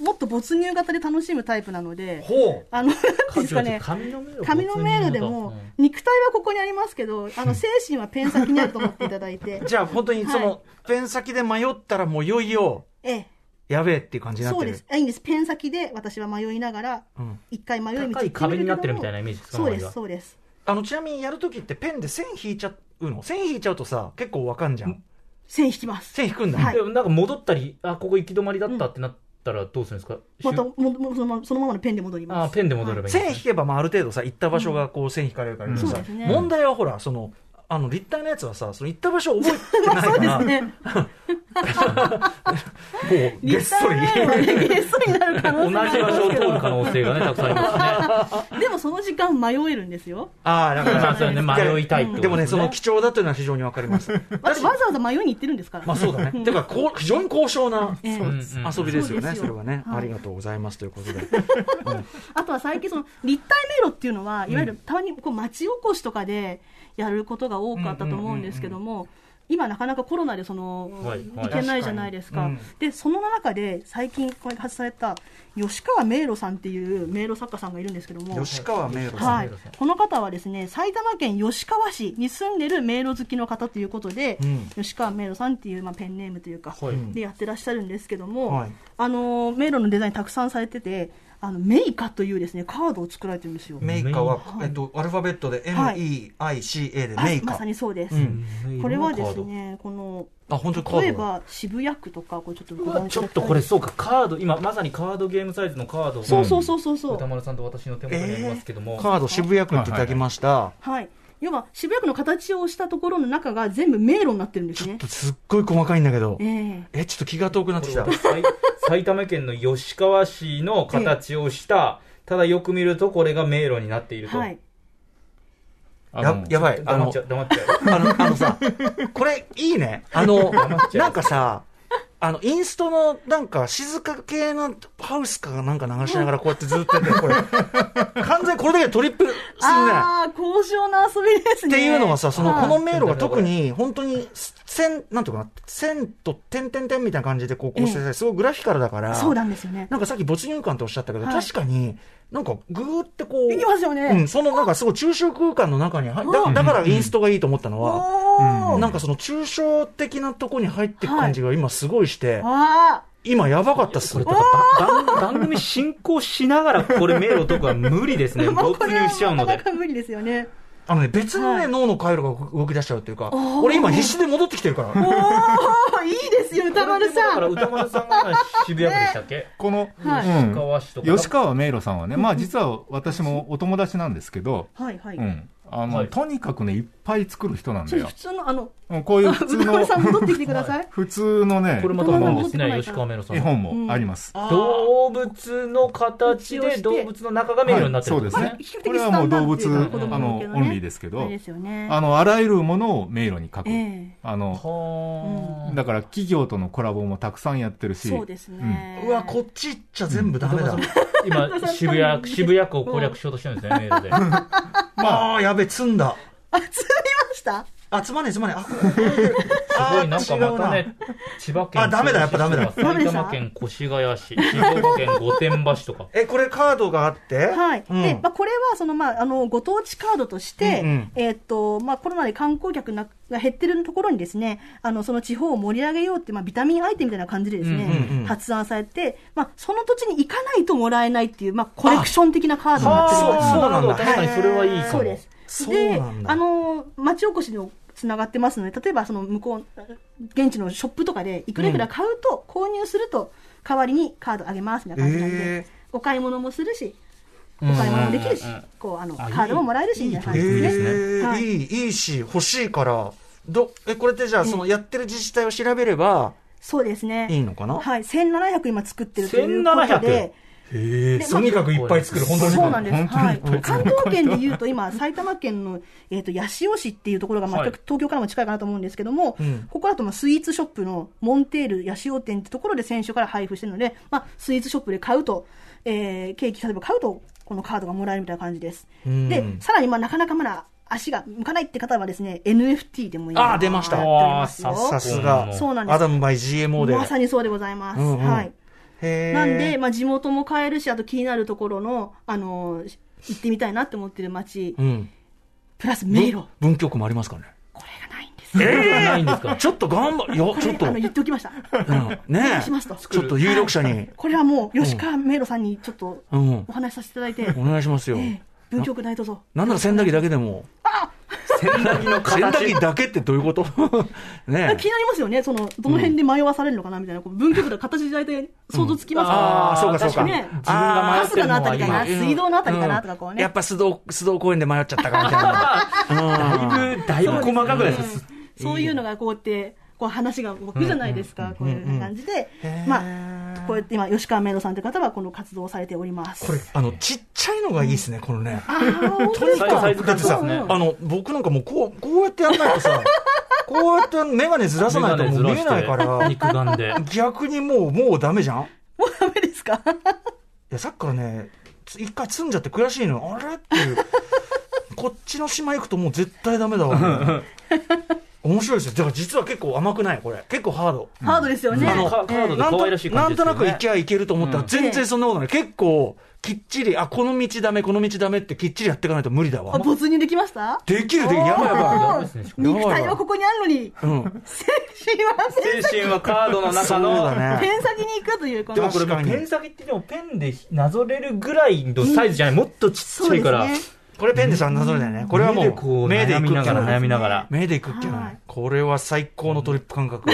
Speaker 4: もっと没入型で楽しむタイプなので、
Speaker 2: ほ
Speaker 4: あの なんですかね。
Speaker 3: 紙の迷路
Speaker 4: 紙の迷路でも肉体はここにありますけど、あの精神はペン先にあると思っていただい て
Speaker 2: う、じゃあ本当にその、
Speaker 4: はい
Speaker 2: ペン先で迷ったらもういよいよ
Speaker 4: え
Speaker 2: やべえっていう感じ
Speaker 4: え、
Speaker 2: になっ
Speaker 4: そう
Speaker 2: てる
Speaker 4: です。あいいんです。ペン先で私は迷いながら
Speaker 2: うん
Speaker 4: 一回迷い道
Speaker 3: 高い
Speaker 4: 行ってみ
Speaker 3: 壁に
Speaker 4: るけども
Speaker 3: なってるみたいなイメージですか
Speaker 4: そうで
Speaker 3: 周りは
Speaker 4: すそうです。
Speaker 2: あのちなみにやるときってペンで線引いちゃうの線引いちゃうとさ結構わかんじゃん
Speaker 4: 線引きます。
Speaker 2: 線引くんだ、
Speaker 4: はい
Speaker 3: でもなんか戻ったりあここ行き止まりだったってなったらどうするんですか、
Speaker 4: また
Speaker 3: シュ
Speaker 4: ももそのままそのままのペンで戻ります。
Speaker 3: あペンで戻ればいいんですね
Speaker 2: 線引けばまあある程度さ行った場所がこう線引かれるからいいけどさ、
Speaker 4: うんそうですね
Speaker 2: 問題はほらそのあの立体のやつはさその行った場所を覚えて ない
Speaker 4: そう
Speaker 2: か
Speaker 4: で
Speaker 2: ら
Speaker 4: すね。
Speaker 2: こうげっそり
Speaker 4: 立体迷路はねげっそりになる可 能
Speaker 3: 同
Speaker 4: 性
Speaker 3: じ場所
Speaker 4: があります
Speaker 3: を
Speaker 4: け
Speaker 3: 通
Speaker 4: ど
Speaker 3: る可能性がねたくさんあります ね
Speaker 4: でもその時間迷えるんですよ。
Speaker 2: ああだか
Speaker 3: まあ
Speaker 2: ら
Speaker 3: そうね迷いたいってこと
Speaker 2: でもねその貴重だというのは非常にわかり ます
Speaker 4: わざわざ迷いに行ってるんですから。
Speaker 2: まあそうだね。だからこう非常に高尚な
Speaker 4: ええ
Speaker 3: そうですね
Speaker 2: 遊びですよ
Speaker 4: そう
Speaker 2: ね。
Speaker 4: ですよ
Speaker 2: それはね、
Speaker 4: はい
Speaker 2: ありがとうございますということで。
Speaker 4: あとは最近その立体迷路っていうのは、いわゆるたまにこう町おこしとかでやることが多かったと思うんですけども、今なかなかコロナでその、
Speaker 3: はいはい
Speaker 4: い、けないじゃないですか。
Speaker 2: 確か
Speaker 4: で、その中で最近開発された吉川明路さんっていう明路作家さんがいるんですけども、
Speaker 2: 吉川明路さん、
Speaker 4: はい、この方はですね埼玉県吉川市に住んでる迷路好きの方ということで、
Speaker 2: うん
Speaker 4: 吉川迷路さんっていう、まあ、ペンネームというか、
Speaker 3: はい
Speaker 4: でやってらっしゃるんですけども、
Speaker 2: はい
Speaker 4: あの迷路のデザインたくさんされててあのメイカというですねカードを作られてるんですよ。
Speaker 2: メイカは、
Speaker 4: はい
Speaker 2: えっと、アルファベットで
Speaker 4: は
Speaker 2: MEICA で
Speaker 4: あ
Speaker 2: メイ
Speaker 4: ま
Speaker 2: カ
Speaker 4: さ、にそうです、
Speaker 2: うん
Speaker 4: これはですねこの
Speaker 2: あ本当にカード
Speaker 4: 例えば渋谷区とかこれちょっと
Speaker 3: う
Speaker 4: ご覧
Speaker 3: わ
Speaker 4: い
Speaker 3: ち
Speaker 4: た
Speaker 3: ょ
Speaker 4: だ
Speaker 3: っ
Speaker 4: き
Speaker 3: と
Speaker 4: たい
Speaker 3: これそうかカード今まさにカードゲームサイズのカード
Speaker 4: そ
Speaker 3: が
Speaker 4: うそうそうそうそう、
Speaker 3: 歌丸さんと私の手元にありますけども、
Speaker 2: カード渋谷区っていただきました、
Speaker 4: はい要は渋谷区の形をしたところの中が全部迷路になってるんです
Speaker 2: ちょ
Speaker 4: ね
Speaker 2: っとすっごい細かいんだけど
Speaker 4: ええ
Speaker 2: えちょっと気が遠くなってきた
Speaker 3: これは埼 埼玉県の吉川市の形をした、ただよく見るとこれが迷路になっていると、
Speaker 4: はい
Speaker 5: あ
Speaker 2: や
Speaker 5: の
Speaker 2: やばいあ
Speaker 3: 黙っ
Speaker 2: の
Speaker 3: ちゃう黙っちゃう
Speaker 2: あのあのさこれいいねあの
Speaker 3: 黙っちゃう
Speaker 2: なんかさあのインストのなんか静か系のハウスかなんか流しながらこうやってずっとやってるこれ完全にこれだけでトリップするね
Speaker 4: ああ、高尚な遊びです
Speaker 2: っ
Speaker 4: ね。
Speaker 2: ていうのがさ、その、
Speaker 4: は
Speaker 2: こ
Speaker 4: い
Speaker 2: の迷路が特に、本当に、線、なんていうかな、線と点々点みたいな感じでこう構成されて、すごいグラフィカルだから、
Speaker 4: そうなんですよね。
Speaker 2: なんかさっき没入感っておっしゃったけど、
Speaker 4: はい
Speaker 2: 確かに、なんかぐーってこう、
Speaker 4: いきますよね
Speaker 2: うん、そのなんかすごい抽象空間の中に入だ、だからインストがいいと思ったのは、
Speaker 4: おー
Speaker 2: なんかその抽象的なとこに入ってく感じが今すごいして、
Speaker 4: あ
Speaker 2: 今やばかったっす
Speaker 3: これ。だからば番番組進行しながらこれ迷路とかは無理ですね
Speaker 4: あ、 もう
Speaker 3: 没
Speaker 4: これ
Speaker 3: 入
Speaker 4: は
Speaker 3: しちゃう
Speaker 4: な
Speaker 3: の
Speaker 4: かな
Speaker 3: で
Speaker 4: か無理ですよね。
Speaker 2: あのね、別のね、
Speaker 4: はい
Speaker 2: 脳の回路が動き出しちゃうっていうか、
Speaker 4: ー
Speaker 2: 俺今必死で戻ってきてるから。
Speaker 4: おー、いいですよ、歌丸さ
Speaker 3: これ
Speaker 4: ん。
Speaker 3: でもだから歌丸さんが渋谷区でしたっけ、
Speaker 5: この、
Speaker 4: はい
Speaker 5: う
Speaker 3: 吉
Speaker 5: ん
Speaker 3: 川市とか
Speaker 5: 吉川明路さんはね、まあ実は私もお友達なんですけど、
Speaker 4: はいはい。
Speaker 5: うん。あの、
Speaker 3: はい
Speaker 5: とにかくね、いっぱい作る人なん
Speaker 4: ち
Speaker 5: だ
Speaker 4: ょっと
Speaker 5: よ
Speaker 4: 普。通の、あの、
Speaker 5: うんこういう普通
Speaker 4: 歌
Speaker 5: の
Speaker 4: 丸、さん戻ってきてください。
Speaker 5: 普通のね
Speaker 3: これ、また何です
Speaker 4: これ
Speaker 3: ね
Speaker 4: も
Speaker 3: 吉川迷路さん
Speaker 5: 絵本もあります。
Speaker 4: あー
Speaker 3: 動物の形で動物の中が迷路になってるんですね、
Speaker 5: はいそうです
Speaker 4: 比較
Speaker 5: ね。
Speaker 4: 的
Speaker 5: これはもう動物、
Speaker 4: スタンダードっていうか
Speaker 5: あの、
Speaker 4: 子供向けのね
Speaker 5: オンリーですけ
Speaker 4: あれ
Speaker 5: ど、
Speaker 4: ですよね。
Speaker 5: あの、あらゆるものを迷路に書く。
Speaker 4: ええ
Speaker 5: あの、
Speaker 3: はあ
Speaker 5: だから企業とのコラボもたくさんやってるし、
Speaker 4: そうですね。
Speaker 2: うわ、こっち行っちゃ全部ダメだ。
Speaker 3: 今渋谷渋谷区を攻略しようとしてるんですねメールで
Speaker 2: まあ、やべ、積んだ。
Speaker 4: あ、積みました
Speaker 2: あ、つまんねえ、つまんねえ。あ、す
Speaker 3: すごいなんかまたね千葉県
Speaker 2: あダメだやっぱダメだ
Speaker 4: ダメ
Speaker 3: 埼
Speaker 4: でした
Speaker 3: 玉県越谷市静岡県御殿場市とか
Speaker 2: え、これカードがあって
Speaker 4: はい。
Speaker 2: うん
Speaker 4: で、まあ、これは、その、まあ、あの、ご当地カードとして、
Speaker 2: うんうん
Speaker 4: えーっと、まあ、コロナで観光客なが減ってるところにですね、あの、その地方を盛り上げようって、まあ、ビタミンアイテムみたいな感じでですね、
Speaker 2: うんうんうん
Speaker 4: 発案されて、まあ、その土地に行かないともらえないっていう、まあ、コレクション的なカードになってるんで
Speaker 2: は
Speaker 4: す
Speaker 2: あそうなんだ
Speaker 3: 確かにそれはいいかも
Speaker 4: そうです。
Speaker 2: そう
Speaker 4: で
Speaker 2: なん、だ
Speaker 4: あの、町おこしにもつながってますので、例えばその向こう、現地のショップとかで、いくらいくら買うと、購入すると、代わりにカードあげますみたいな感じなんで、
Speaker 2: え
Speaker 4: お買い物もするし、お
Speaker 2: ん
Speaker 4: 買い物もできるし
Speaker 3: うんうんうん、
Speaker 4: こう、あの、カ
Speaker 3: あいい
Speaker 4: ードももらえるし、みたいな感じですね。
Speaker 2: えー
Speaker 4: はい
Speaker 2: いい、いいし、欲しいから。ど、え、これってじゃあ、そのやってる自治体を調べれば
Speaker 4: そうですね。
Speaker 2: いいのかな
Speaker 4: はい、1700今作ってるということで、
Speaker 2: へえ、
Speaker 4: で
Speaker 2: とにかくいっぱい作る、本当に。
Speaker 4: そうなんです。
Speaker 5: 本当に
Speaker 4: はい
Speaker 5: 本当に。
Speaker 4: 関東圏で言うと今、埼玉県の、えっ、と、八潮市っていうところが、まあ、
Speaker 3: はい
Speaker 4: 東京からも近いかなと思うんですけども、
Speaker 2: うん
Speaker 4: ここだと、まあ、スイーツショップのモンテール八潮店ってところで先週から配布してるので、まあ、スイーツショップで買うと、えーケーキ例えば買うと、このカードがもらえるみたいな感じです。
Speaker 2: うん
Speaker 4: で、さらに、まあ、なかなかまだ足が向かないって方はですね、NFT でもいい
Speaker 2: あー出ましたさ
Speaker 4: さ
Speaker 2: すが、
Speaker 4: そうなんです
Speaker 2: アダムバイ GMO で。
Speaker 4: まさにそうでございます。
Speaker 2: うんうん
Speaker 4: はい。
Speaker 2: へー
Speaker 4: なんで、、まあ、地元も買えるし、あと気になるところの、あのー行ってみたいなって思ってる街、
Speaker 2: うん。
Speaker 4: プラス迷路、
Speaker 2: 文京区もありますからね。
Speaker 4: これがないんです。
Speaker 3: ないんですか
Speaker 2: ちょっと頑張、いや、ちょっと、
Speaker 4: あの言っておきました。
Speaker 2: うんね
Speaker 4: お願いしますと
Speaker 2: ちょっと有力者に、
Speaker 4: これはもう、吉川迷路さんにちょっと
Speaker 2: うん
Speaker 4: お、話しさせていただいて、
Speaker 2: お願いしますよ。
Speaker 4: ええ文京区ないとぞ。
Speaker 2: なんなら千駄木だけでも。
Speaker 3: 千駄木の
Speaker 2: 洗濯
Speaker 3: 形
Speaker 2: 機だけってどういうこと ねえ
Speaker 4: 気になりますよね、その、どの辺で迷わされるのかなみたいな、こう文京区の形で大体想像つきますから、
Speaker 2: あーそうかそうか
Speaker 4: 確にね、
Speaker 3: 自分が迷って
Speaker 4: 春
Speaker 3: る
Speaker 4: 日
Speaker 3: の
Speaker 4: のあた
Speaker 3: は
Speaker 4: りか
Speaker 3: 今
Speaker 4: な、水道のあたりかなとか、こうね。
Speaker 2: やっぱ須藤須藤公園で迷っちゃったかみたいな
Speaker 3: だい ぶだいぶ細かくです
Speaker 4: そういうのがこうやって、こう話が僕じゃないですか、こういう感じで、まあ、こうやって今、吉川明路さんという方はこの活動をされております。
Speaker 2: これあのちっちゃいのがいいですねこのね
Speaker 4: あー本当
Speaker 2: と
Speaker 4: で
Speaker 2: に
Speaker 4: す
Speaker 2: か
Speaker 4: か
Speaker 3: サイ
Speaker 2: く
Speaker 3: ズ
Speaker 2: だってさ
Speaker 3: 感ですね
Speaker 2: あの僕なんかもうこうこうやってやんないと さこうやって眼鏡ずらさないともう見えないから
Speaker 3: 肉眼で
Speaker 2: 逆にもうもうダメじゃんい
Speaker 4: もうダメですか
Speaker 2: やさっきからねつ一回積んじゃって悔しいのあれっていうこっちの島行くともう絶対ダメだわ面白いですよ。だから実は結構甘くない、これ。結構ハード。
Speaker 4: ハードですよね。
Speaker 3: あ
Speaker 2: の
Speaker 3: のカカードで
Speaker 2: なん
Speaker 3: 可
Speaker 2: と
Speaker 3: 愛らしい感じですよね
Speaker 2: なんとなく行きゃいけると思ったら、全然そんなことない。結構、きっちり、あ、この道ダメ、この道ダメってきっちりやっていかないと無理だ
Speaker 4: あ
Speaker 2: わ。
Speaker 4: 没入できました
Speaker 2: できるできる、やばいやば
Speaker 3: ですね
Speaker 4: 肉体はここにあるのに、
Speaker 2: い。うん。
Speaker 4: 精神は
Speaker 3: 精神はカードの
Speaker 2: そ
Speaker 3: 中
Speaker 2: う
Speaker 3: の、
Speaker 2: だね。
Speaker 4: ペン先に行くという、こ
Speaker 3: でも
Speaker 4: の
Speaker 3: これもう
Speaker 2: 確かに
Speaker 3: ペン先ってでもペンでなぞれるぐらいのサイズじゃない、もっとちっちゃいから、
Speaker 4: そうです
Speaker 2: これペンでさんなぞれだよね。これはも
Speaker 3: 目でこ
Speaker 2: う、
Speaker 3: う
Speaker 2: 目で
Speaker 3: 悩
Speaker 2: 行
Speaker 3: み
Speaker 2: くっ
Speaker 3: な
Speaker 2: てい
Speaker 3: が
Speaker 2: うの
Speaker 3: ら
Speaker 2: は
Speaker 3: 悩みながら、
Speaker 2: 目で行くっきゃ
Speaker 4: は
Speaker 2: ない
Speaker 4: い。
Speaker 2: これは最高のトリップ感覚。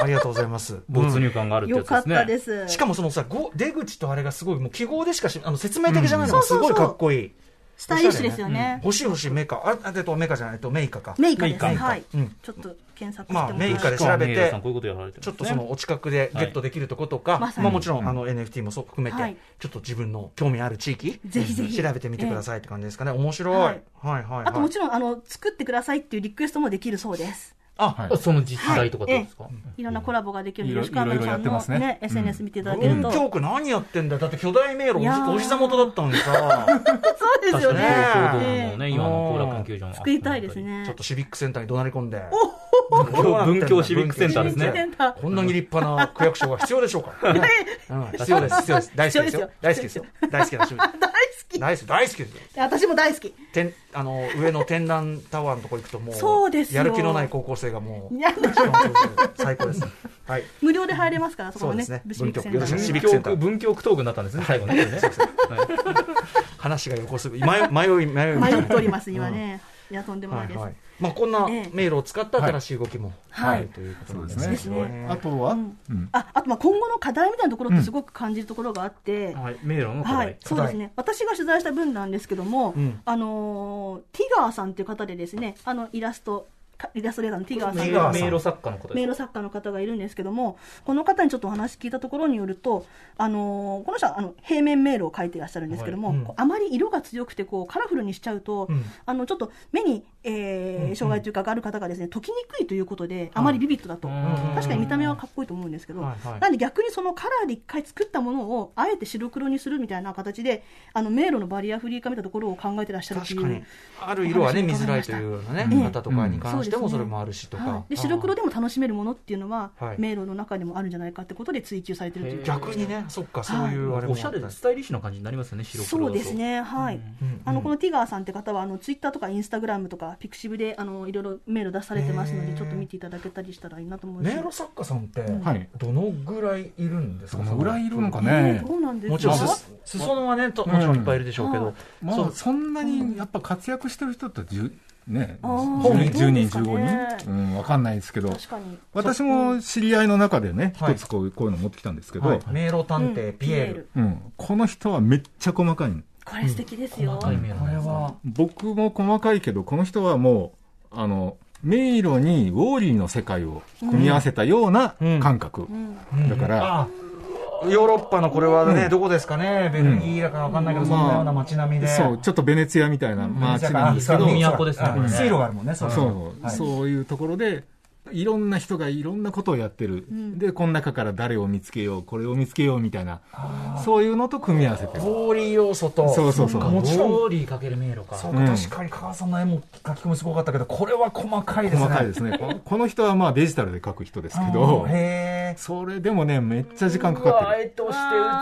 Speaker 2: ありがとうございます。
Speaker 3: 没入感があるってや
Speaker 4: よ
Speaker 3: つで
Speaker 4: かっ
Speaker 3: すね。
Speaker 4: たです。
Speaker 2: しかもそのさ、ご出口とあれがすごい、もう記号でしかし、あの説明的じゃないのがすごいかっこいい。
Speaker 4: スタイリッシュですよね。
Speaker 2: 星々メカ、あ、あえっとメカじゃないえっとメイカか。
Speaker 4: メイカです。
Speaker 2: メイカ
Speaker 4: はい
Speaker 2: うん。
Speaker 4: ちょっと検索して
Speaker 2: まあ
Speaker 4: も
Speaker 2: メイカ
Speaker 4: ら
Speaker 2: で
Speaker 4: う
Speaker 2: 調べて
Speaker 3: しかもメイラさんこういうことやられて
Speaker 2: ちょっ
Speaker 3: るん
Speaker 2: と
Speaker 3: ですね
Speaker 2: そのお近くでゲットできるとことか、
Speaker 4: まさに
Speaker 2: まあもちろんあの NFT もそう含めて、
Speaker 4: はい
Speaker 2: ちょっと自分の興味ある地域、
Speaker 4: ぜひぜひ
Speaker 2: 調べてみてくださいって感じですかね。面白い。は
Speaker 4: はいい、
Speaker 2: はい、はい。
Speaker 4: あともちろん、あの、作ってくださいっていうリクエストもできるそうです。
Speaker 2: あ、
Speaker 5: はい
Speaker 3: その実際とかどうですか、
Speaker 4: いろんなコラボができるので、
Speaker 5: いろ
Speaker 4: 吉川さん
Speaker 5: いろいろやってます
Speaker 4: の
Speaker 5: ね
Speaker 4: ね、SNS 見ていただけ
Speaker 2: 文
Speaker 4: ると。
Speaker 2: 京区何やってんだよだって巨大迷路お
Speaker 4: いやー
Speaker 2: ひお膝元だったのにさ
Speaker 4: そうですよ
Speaker 3: 確かに東京ド
Speaker 4: ね。
Speaker 3: ーム
Speaker 4: え
Speaker 3: の
Speaker 4: え
Speaker 3: ね、今の後楽園球場の。
Speaker 4: 作りたいです。ね
Speaker 2: ちょっ。とシビックセンターに怒鳴り込ん で
Speaker 3: 文教シビックセンターです
Speaker 4: シビックセ
Speaker 3: ね。
Speaker 4: ンター
Speaker 2: こんなに立派な区役所が必要でしょう か、うん、必要です必要です大好きですよ大好きですよ大好きな趣味
Speaker 4: 大好き。
Speaker 2: 大好き大好きですよ
Speaker 4: 私も大好き。
Speaker 2: 天あの上の天覧タワーのとこ行くともう
Speaker 4: そうですよ
Speaker 2: やる気のない高校生がもう
Speaker 4: いや
Speaker 2: 最高ですはい
Speaker 4: 無料で入れますから、そこもね。
Speaker 2: そうですね
Speaker 4: ブシビックセンタ
Speaker 2: 文京
Speaker 4: ー
Speaker 2: シビッ
Speaker 4: に。
Speaker 2: クセン
Speaker 3: 文
Speaker 2: タ
Speaker 3: 教
Speaker 2: ー
Speaker 3: 区、文教区東軍だったんですね、最後のね。はい
Speaker 2: 話が横すぐ迷迷い迷い
Speaker 4: 迷っております、今ね。いや、とんでもな
Speaker 2: はいい
Speaker 4: です。
Speaker 2: はいまあこんな
Speaker 4: ええ
Speaker 2: 迷路を使った新しい動きも
Speaker 4: はい
Speaker 2: ということ
Speaker 5: そう
Speaker 2: なん
Speaker 5: で
Speaker 2: ですす
Speaker 5: ね。
Speaker 4: ですね
Speaker 5: あとは、うん
Speaker 4: ああとまあ今後の課題みたいなところってすごく感じるところがあって、
Speaker 3: はい、迷路の課
Speaker 4: はい
Speaker 3: 題、。
Speaker 4: そうですね。私が取材した分なんですけども、
Speaker 2: うん
Speaker 4: あのーティガーさんっていう方でですね、あのイラストかイラストレーターのティガーさ
Speaker 2: テ
Speaker 4: ん
Speaker 2: ィガーさん
Speaker 3: 迷
Speaker 4: が
Speaker 3: 路作家のこと
Speaker 4: 迷
Speaker 3: で
Speaker 4: 路作家の方がいるんですけども、この方にちょっとお話聞いたところによると、あのーこの人はあの平面迷路を描いていらっしゃるんですけども、
Speaker 2: はいうん
Speaker 4: こうあまり色が強くてこうカラフルにしちゃうと、
Speaker 2: うん
Speaker 4: あのちょっと目に、えー、障害というかがある方がですね解きにくいということで、あまりビビッドだと、
Speaker 3: うん
Speaker 4: 確かに見た目はかっこいいと思うんですけど、
Speaker 2: はいはい
Speaker 4: なんで逆にそのカラーで一回作ったものをあえて白黒にするみたいな形で、あの迷路のバリアフリー化みたいなところを考えてらっしゃるって
Speaker 2: 確
Speaker 4: い
Speaker 2: かに
Speaker 4: う。
Speaker 2: ある色はね
Speaker 4: お話
Speaker 2: 見
Speaker 4: も
Speaker 2: づらいというようなね見方とかに関しても
Speaker 4: うん
Speaker 2: それもあるしと
Speaker 4: は
Speaker 2: か
Speaker 4: いで白黒でも楽しめるものっていうのは、
Speaker 2: はい
Speaker 4: 迷路の中でもあるんじゃないかってことで追求されてるという
Speaker 3: へー
Speaker 2: 逆にねそっかそういうあれも
Speaker 3: おしゃれでスタイリッシュな感じになりますよね、白黒
Speaker 4: そ
Speaker 3: だ
Speaker 4: う
Speaker 3: と。
Speaker 4: です。ね、はい。
Speaker 2: うん
Speaker 4: あのこのティガーさんって方はあのツイッターとかインスタグラムとかピクシブであのいろいろメール出されてますの
Speaker 2: へ
Speaker 4: で
Speaker 2: ー
Speaker 4: ちょっと見ていただけたりしたらいいなと思いま
Speaker 2: 迷
Speaker 4: す。
Speaker 2: 路作家さんって
Speaker 5: はい
Speaker 2: どのぐらいいるんです
Speaker 5: ど
Speaker 2: か
Speaker 5: のぐらいいるのか
Speaker 4: え
Speaker 5: ね
Speaker 4: ー、。そうなんですか
Speaker 2: もちろん
Speaker 5: まあ
Speaker 2: す裾野はねともちろんいっぱいいるでしょうけど
Speaker 5: ま
Speaker 2: そ
Speaker 5: あ
Speaker 2: う
Speaker 5: そんなにやっぱ活躍してる人って10ね、
Speaker 4: あー
Speaker 5: 10人、
Speaker 4: そうで
Speaker 5: 15
Speaker 4: すかね
Speaker 5: 人、うん、わかんないですけど、
Speaker 4: 確かに。
Speaker 5: 私も知り合いの中でね、
Speaker 2: はい
Speaker 5: 一つこういうこういうの持ってきたんですけど、
Speaker 2: はい迷路探偵
Speaker 4: うん
Speaker 2: ピエール。
Speaker 5: うん、この人はめっちゃ細かいの
Speaker 4: これ素敵ですよ。
Speaker 3: 細かい迷路なんですね
Speaker 5: 僕も細かいけど、この人はもう、あの、迷路にウォーリーの世界を組み合わせたような
Speaker 2: うん
Speaker 5: 感覚。
Speaker 4: うん
Speaker 5: だから、
Speaker 2: あヨーロッパのこれはね、
Speaker 5: うん
Speaker 2: どこですかね、ベルギーだかわかんないけど、そんなような街並みで。
Speaker 5: そう、ちょっとベネツィアみたいな街なんですけ
Speaker 2: あ
Speaker 5: ど、
Speaker 2: そうか
Speaker 3: 都ですね
Speaker 2: あ
Speaker 3: これね
Speaker 2: 水路があるもんね、そう
Speaker 5: そう、
Speaker 2: はい
Speaker 5: そういうところで、いろんな人がいろんなことをやってる。
Speaker 4: ん
Speaker 5: で、この中から誰を見つけよう、これを見つけようみたいな、そういうのと組み合わせてる。
Speaker 2: ボーリー要素と、
Speaker 5: そうそうそう
Speaker 2: もちろん、
Speaker 3: ーリーかける迷路か。
Speaker 2: そうか
Speaker 5: うん
Speaker 2: 確かに川さんの絵も書き込みすごかったけど、これは細かいですね。
Speaker 5: 細かいですね。こ この人はまあデジタルで描く人ですけ
Speaker 2: う
Speaker 5: ど
Speaker 2: ん、へえ。
Speaker 5: それでもね、めっちゃ時間か
Speaker 3: う
Speaker 5: か
Speaker 3: わ
Speaker 5: っ
Speaker 3: あ
Speaker 5: てる。
Speaker 3: えて
Speaker 4: わ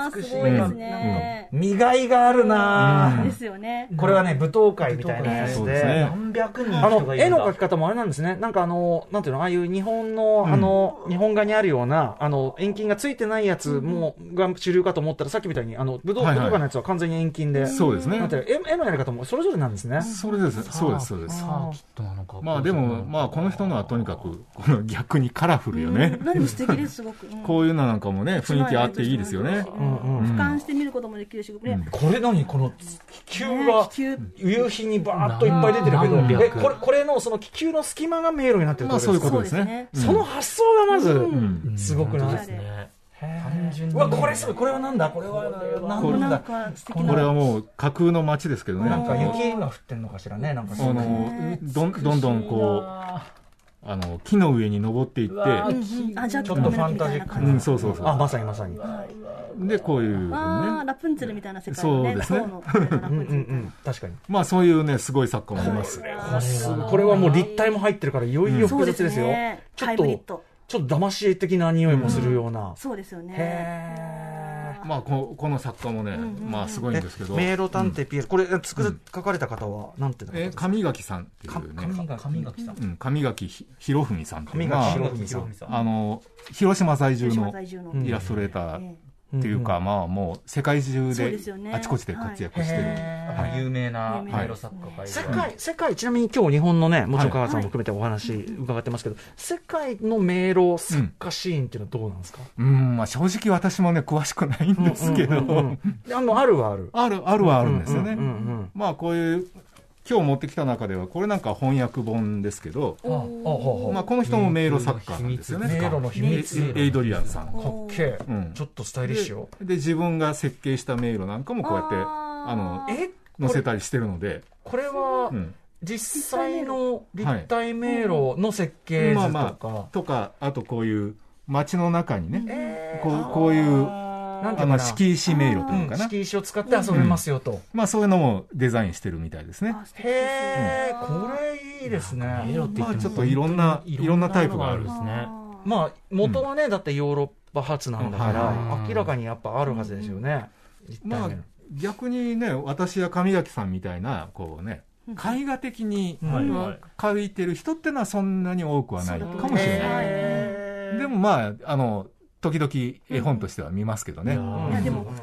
Speaker 4: あ
Speaker 3: 押して美しい
Speaker 4: すごいですね。
Speaker 2: 磨いがあるな
Speaker 5: う
Speaker 2: ぁ
Speaker 5: ん
Speaker 4: ですよね。
Speaker 2: これはね、舞踏会みたいなやつ
Speaker 5: そう
Speaker 2: で。
Speaker 5: ですね
Speaker 3: 何百人
Speaker 2: あ
Speaker 3: 人
Speaker 2: の
Speaker 3: がい
Speaker 2: 絵
Speaker 3: るん
Speaker 2: の
Speaker 3: だ
Speaker 2: 描き方もあれなんですね、なんかあの、なんていうの、ああいう日本の、あの、日本画にあるような、あの、遠近がついてないやつも、が主流かと思ったら、さっきみたいに、あの、武道、
Speaker 5: はいはい
Speaker 2: 武道館のやつは完全に遠近で。
Speaker 5: そうですね
Speaker 2: なんていうの絵絵のやり方もそれぞれなんですね。
Speaker 5: それです、そうです、そうです。
Speaker 3: サーキットなのか。
Speaker 5: まあでも、まあこの人のはとにかく、この逆にカラフルよね
Speaker 4: うん。何も素敵ですすごく。うん
Speaker 5: こういうのなんかもね、雰囲気あっていいですよね。
Speaker 2: うんうん
Speaker 4: 俯瞰して見ることもできるし、ね。
Speaker 2: これ何この気球
Speaker 4: ね
Speaker 2: が
Speaker 4: 気球
Speaker 2: 夕日にバーッといっぱい出てるけど
Speaker 3: 何百
Speaker 2: えこれこれのその気球の隙間が迷路になってるって
Speaker 5: ま
Speaker 2: こと
Speaker 5: あそう
Speaker 2: で
Speaker 5: いう
Speaker 2: すか
Speaker 5: ことですね。
Speaker 4: そ
Speaker 2: その発想がまず、
Speaker 5: うんうん
Speaker 2: すごくない
Speaker 3: 本当ですね。単純に
Speaker 2: うわこれすごいこれはなんだこれは
Speaker 5: これ
Speaker 2: 何
Speaker 4: な
Speaker 2: だ
Speaker 4: んか素敵
Speaker 5: これ
Speaker 4: な。
Speaker 5: はもう架空の街ですけどね。
Speaker 2: なんか雪が降ってんのかしらねなんか
Speaker 5: あのどんどんどんこあの木の上に登っていって
Speaker 3: うわー
Speaker 4: うんうんあじゃあ
Speaker 2: ちょっとファンタジック
Speaker 5: う
Speaker 2: な。
Speaker 5: んそうそうそう
Speaker 2: あ、まさにまさに。
Speaker 5: でこういうね
Speaker 4: あーラプンツェルみたいな世界のね、
Speaker 5: そうですね
Speaker 4: 蝶のあれだラ
Speaker 2: うん
Speaker 4: プ
Speaker 2: うんう
Speaker 4: ンツェルみたいな。
Speaker 2: ん。確かに。
Speaker 5: まあそういうねすごい作家もいますね
Speaker 2: これはもう立体も入ってるから、いよいよ
Speaker 4: そう
Speaker 2: 複
Speaker 4: で
Speaker 2: 雑
Speaker 4: す
Speaker 2: ですよ。
Speaker 4: ね。
Speaker 2: ちょっと
Speaker 4: ハイブリッド。
Speaker 2: ちょっと騙し絵的な匂いもするような。
Speaker 4: そうですよね。
Speaker 2: へー。
Speaker 5: まあここの作家もね
Speaker 4: んうん
Speaker 5: まあすごいんですけど
Speaker 2: 迷路探偵ピエール、これ、作る、書かれた方は、なんていう
Speaker 5: え
Speaker 2: の
Speaker 5: ー上垣さんってい
Speaker 2: か
Speaker 5: うね
Speaker 3: 神垣さん。
Speaker 5: うん上垣ひ博文さんっていうの
Speaker 2: 上垣
Speaker 5: は
Speaker 2: 博文さん
Speaker 5: あの広島在住
Speaker 4: 広島
Speaker 5: の
Speaker 4: 在住の。
Speaker 2: うん
Speaker 5: イラストレーター
Speaker 4: え
Speaker 5: っていうか、
Speaker 2: ん
Speaker 5: まあもう世界中
Speaker 4: そう
Speaker 5: で
Speaker 4: ですよね
Speaker 5: あちこちで活躍してる、
Speaker 2: へ
Speaker 5: はい
Speaker 3: 有名な
Speaker 4: 有
Speaker 5: 名
Speaker 3: 迷路作家がいる
Speaker 2: 世界、世界、ちなみに今日日本のね、もちろん香川さんも含めてお話伺ってますけど、世界の迷路作家シーンっていうのはどうなんですか
Speaker 5: うんまあ、正直私もね詳しくないんですけど、
Speaker 2: うんうんうんうんあの、あるはある。
Speaker 5: あるあるはあるんですよ
Speaker 2: う
Speaker 5: ね、
Speaker 2: んうんうん
Speaker 5: まあこういう今日持ってきた中ではこれなんか翻訳本ですけど、
Speaker 3: あああ
Speaker 5: まあ、この人も迷路作家なんですよね
Speaker 2: 迷路の秘密
Speaker 5: エエイドリアンさん
Speaker 2: かっけえ、
Speaker 5: うん
Speaker 2: ちょっとスタイリッシュよ。
Speaker 5: でで自分が設計した迷路なんかもこうやってあ
Speaker 4: ー
Speaker 5: の
Speaker 2: え
Speaker 5: 載せたりしてるので、
Speaker 2: これは
Speaker 5: うん
Speaker 2: 実際の立体迷路の設計図
Speaker 5: まあ
Speaker 2: と
Speaker 5: まあ
Speaker 2: か、
Speaker 5: とかあとこういう街の中にね、
Speaker 2: えー
Speaker 5: こうこういう
Speaker 2: なんていうか
Speaker 5: あの
Speaker 2: な
Speaker 5: 敷石迷路という
Speaker 2: う
Speaker 5: か
Speaker 2: ん
Speaker 5: な、
Speaker 2: 敷石を使って遊べますよと。
Speaker 5: まあそういうのもデザインしてるみたいですね
Speaker 4: あ素敵ですね
Speaker 2: へえ、これいいですね。
Speaker 3: 路って言っても
Speaker 5: まあちょっといろんないろんなタイプがある
Speaker 3: いろんなのがあるんですね。
Speaker 4: あー
Speaker 2: まあ元はね、だってヨーロッパ発なんだか
Speaker 5: うん
Speaker 2: ら
Speaker 3: はい
Speaker 2: 明らかにやっぱあるはずですよね。立体
Speaker 5: まあ
Speaker 2: 迷路
Speaker 5: 逆にね私や上垣さんみたいなこうね絵画的に
Speaker 2: はい
Speaker 5: まあ描いてる人ってのはそんなに多くはないか
Speaker 4: そうだと
Speaker 5: もしれない、
Speaker 2: へー
Speaker 5: でもまああの時々絵本としては見ますけどね、
Speaker 3: うん
Speaker 2: うん
Speaker 4: いやでも
Speaker 2: うん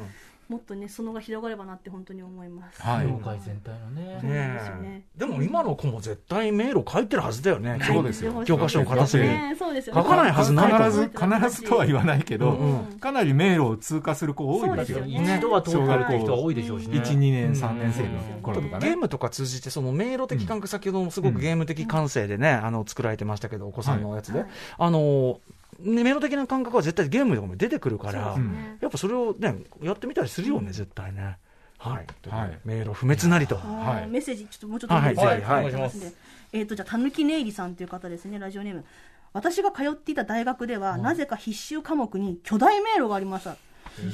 Speaker 4: もっとね、そのが広がればなって本当に思います。
Speaker 5: はい
Speaker 3: 業界全体のね。
Speaker 4: そうなんですよ
Speaker 2: ね
Speaker 4: ね
Speaker 2: えでも今の子も絶対迷路書いてるはずだよね。
Speaker 5: そうですよ
Speaker 4: はい
Speaker 2: 教科書の片隅に
Speaker 4: ねそうですよ
Speaker 2: 書かないはずないと思う
Speaker 5: 必ず必ずとは言わないけど、
Speaker 2: うん
Speaker 5: かなり迷路を通過する子多いですよ
Speaker 4: そうですよね
Speaker 3: 一度は通られてる人は多いでしょうしね。
Speaker 5: 12年3年生の頃とか
Speaker 2: ゲー
Speaker 5: ね、
Speaker 2: ムとか通じて、その迷路的感覚、先ほどもすごくゲーム的感性でね、あの作られてましたけど、お子さんのやつで、
Speaker 4: はい
Speaker 2: あのね迷路的な感覚は絶対ゲームとかも出てくるから、
Speaker 5: そうですね
Speaker 2: やっぱそれをね、やってみたりするよね、絶対ね。はい、
Speaker 5: はい
Speaker 2: 迷路不滅なりと。
Speaker 5: はい
Speaker 4: メッセージちょっともうちょっと
Speaker 2: はい
Speaker 3: はいはい
Speaker 4: お願いしますえっ、とじゃあたぬきねいりさんという方ですねラジオネーム私が通っていた大学では、なぜか必修科目に巨大迷路がありました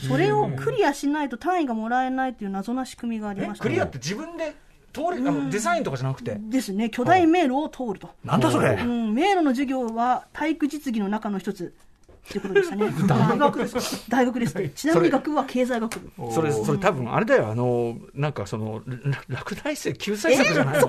Speaker 4: それをクリアしないと単位がもらえないという謎な仕組みがあり
Speaker 2: え
Speaker 4: ました
Speaker 2: クリアって自分で通れ、あのデザインとかじゃなくて、
Speaker 4: ですね巨大迷路を通ると、
Speaker 2: なんだそれ
Speaker 4: う。ん、迷路の授業は体育実技の中の一つということでしたね大学です大学ですねちなみに学部は経済学部
Speaker 2: それ、それ多分あれだよ、あの、なんかその、ら落第生救済策じゃないの、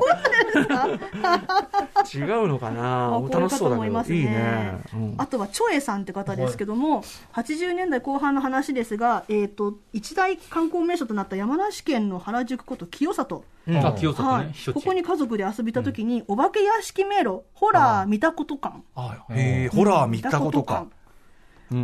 Speaker 2: 違うのかな
Speaker 4: あこういう方
Speaker 2: 楽しそうだ
Speaker 4: も
Speaker 2: け
Speaker 4: いま
Speaker 2: ど、
Speaker 4: す
Speaker 2: い
Speaker 4: ね
Speaker 2: いね。うん
Speaker 4: あとはチョエさんって方ですけども、80年代後半の話ですが、えー、と一大観光名所となった山梨県の原宿こと清里、
Speaker 3: あ、清里
Speaker 4: は
Speaker 3: ね。避
Speaker 4: い、
Speaker 3: 暑
Speaker 4: こ
Speaker 3: 地
Speaker 4: こに家族で遊びた時に、お化け屋敷迷路ホラー見たこと館
Speaker 2: あへえ、ホラー見たことか
Speaker 4: 見。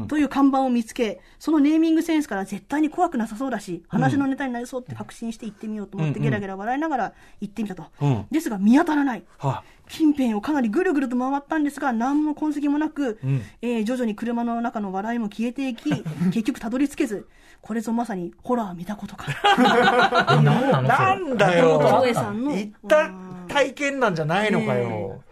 Speaker 4: という看板を見つけそのネーミングセンスから絶対に怖くなさそうだし話のネタになりそうって確信して行ってみようと思ってゲラゲラ笑いながら行ってみたと、
Speaker 2: うん
Speaker 4: ですが見当たらない
Speaker 2: は
Speaker 4: 近辺をかなりぐるぐると回ったんですが何も痕跡もなく、えー徐々に車の中の笑いも消え ていき結局たどり着けずこれぞまさにホラー見たこと か
Speaker 3: 何なのそれ
Speaker 2: なんだ
Speaker 4: と
Speaker 2: よ。
Speaker 4: いう大江さんの
Speaker 2: 行った体験なんじゃないのかよ。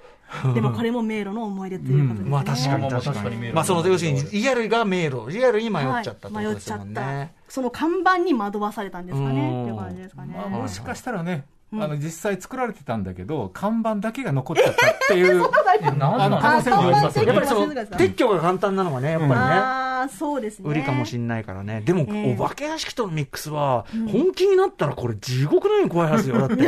Speaker 4: でもこれも迷路の思い出ということですね、
Speaker 2: まあ確か
Speaker 3: ま
Speaker 2: に
Speaker 3: あまあ
Speaker 2: 確か
Speaker 3: 確かに迷
Speaker 2: に。
Speaker 3: 路
Speaker 2: まあその、要するにリアルが迷路、リアルに迷っちゃったってこ
Speaker 4: はい
Speaker 2: と
Speaker 4: 迷っ
Speaker 2: です
Speaker 4: ちゃ
Speaker 2: も
Speaker 4: っ
Speaker 2: ん
Speaker 4: た
Speaker 2: ね。
Speaker 4: その看板に惑わされたんですか
Speaker 2: うん
Speaker 4: ねっていう感じですかね、
Speaker 5: まあ、もしかしたらね、あの実際作られてたんだけど看板だけが残っちゃったっていう
Speaker 3: 何な
Speaker 5: あ
Speaker 3: の
Speaker 5: の可能性もありますよ
Speaker 2: やっ
Speaker 5: ね
Speaker 2: ぱりその、撤去が簡単なのはね、やっぱりね。
Speaker 4: ああそうですね
Speaker 2: 売りかもしんないからね。でも、
Speaker 4: ええ
Speaker 2: お化け屋敷とのミックスは、本気になったらこれ地獄のように怖いはずよ。だ って。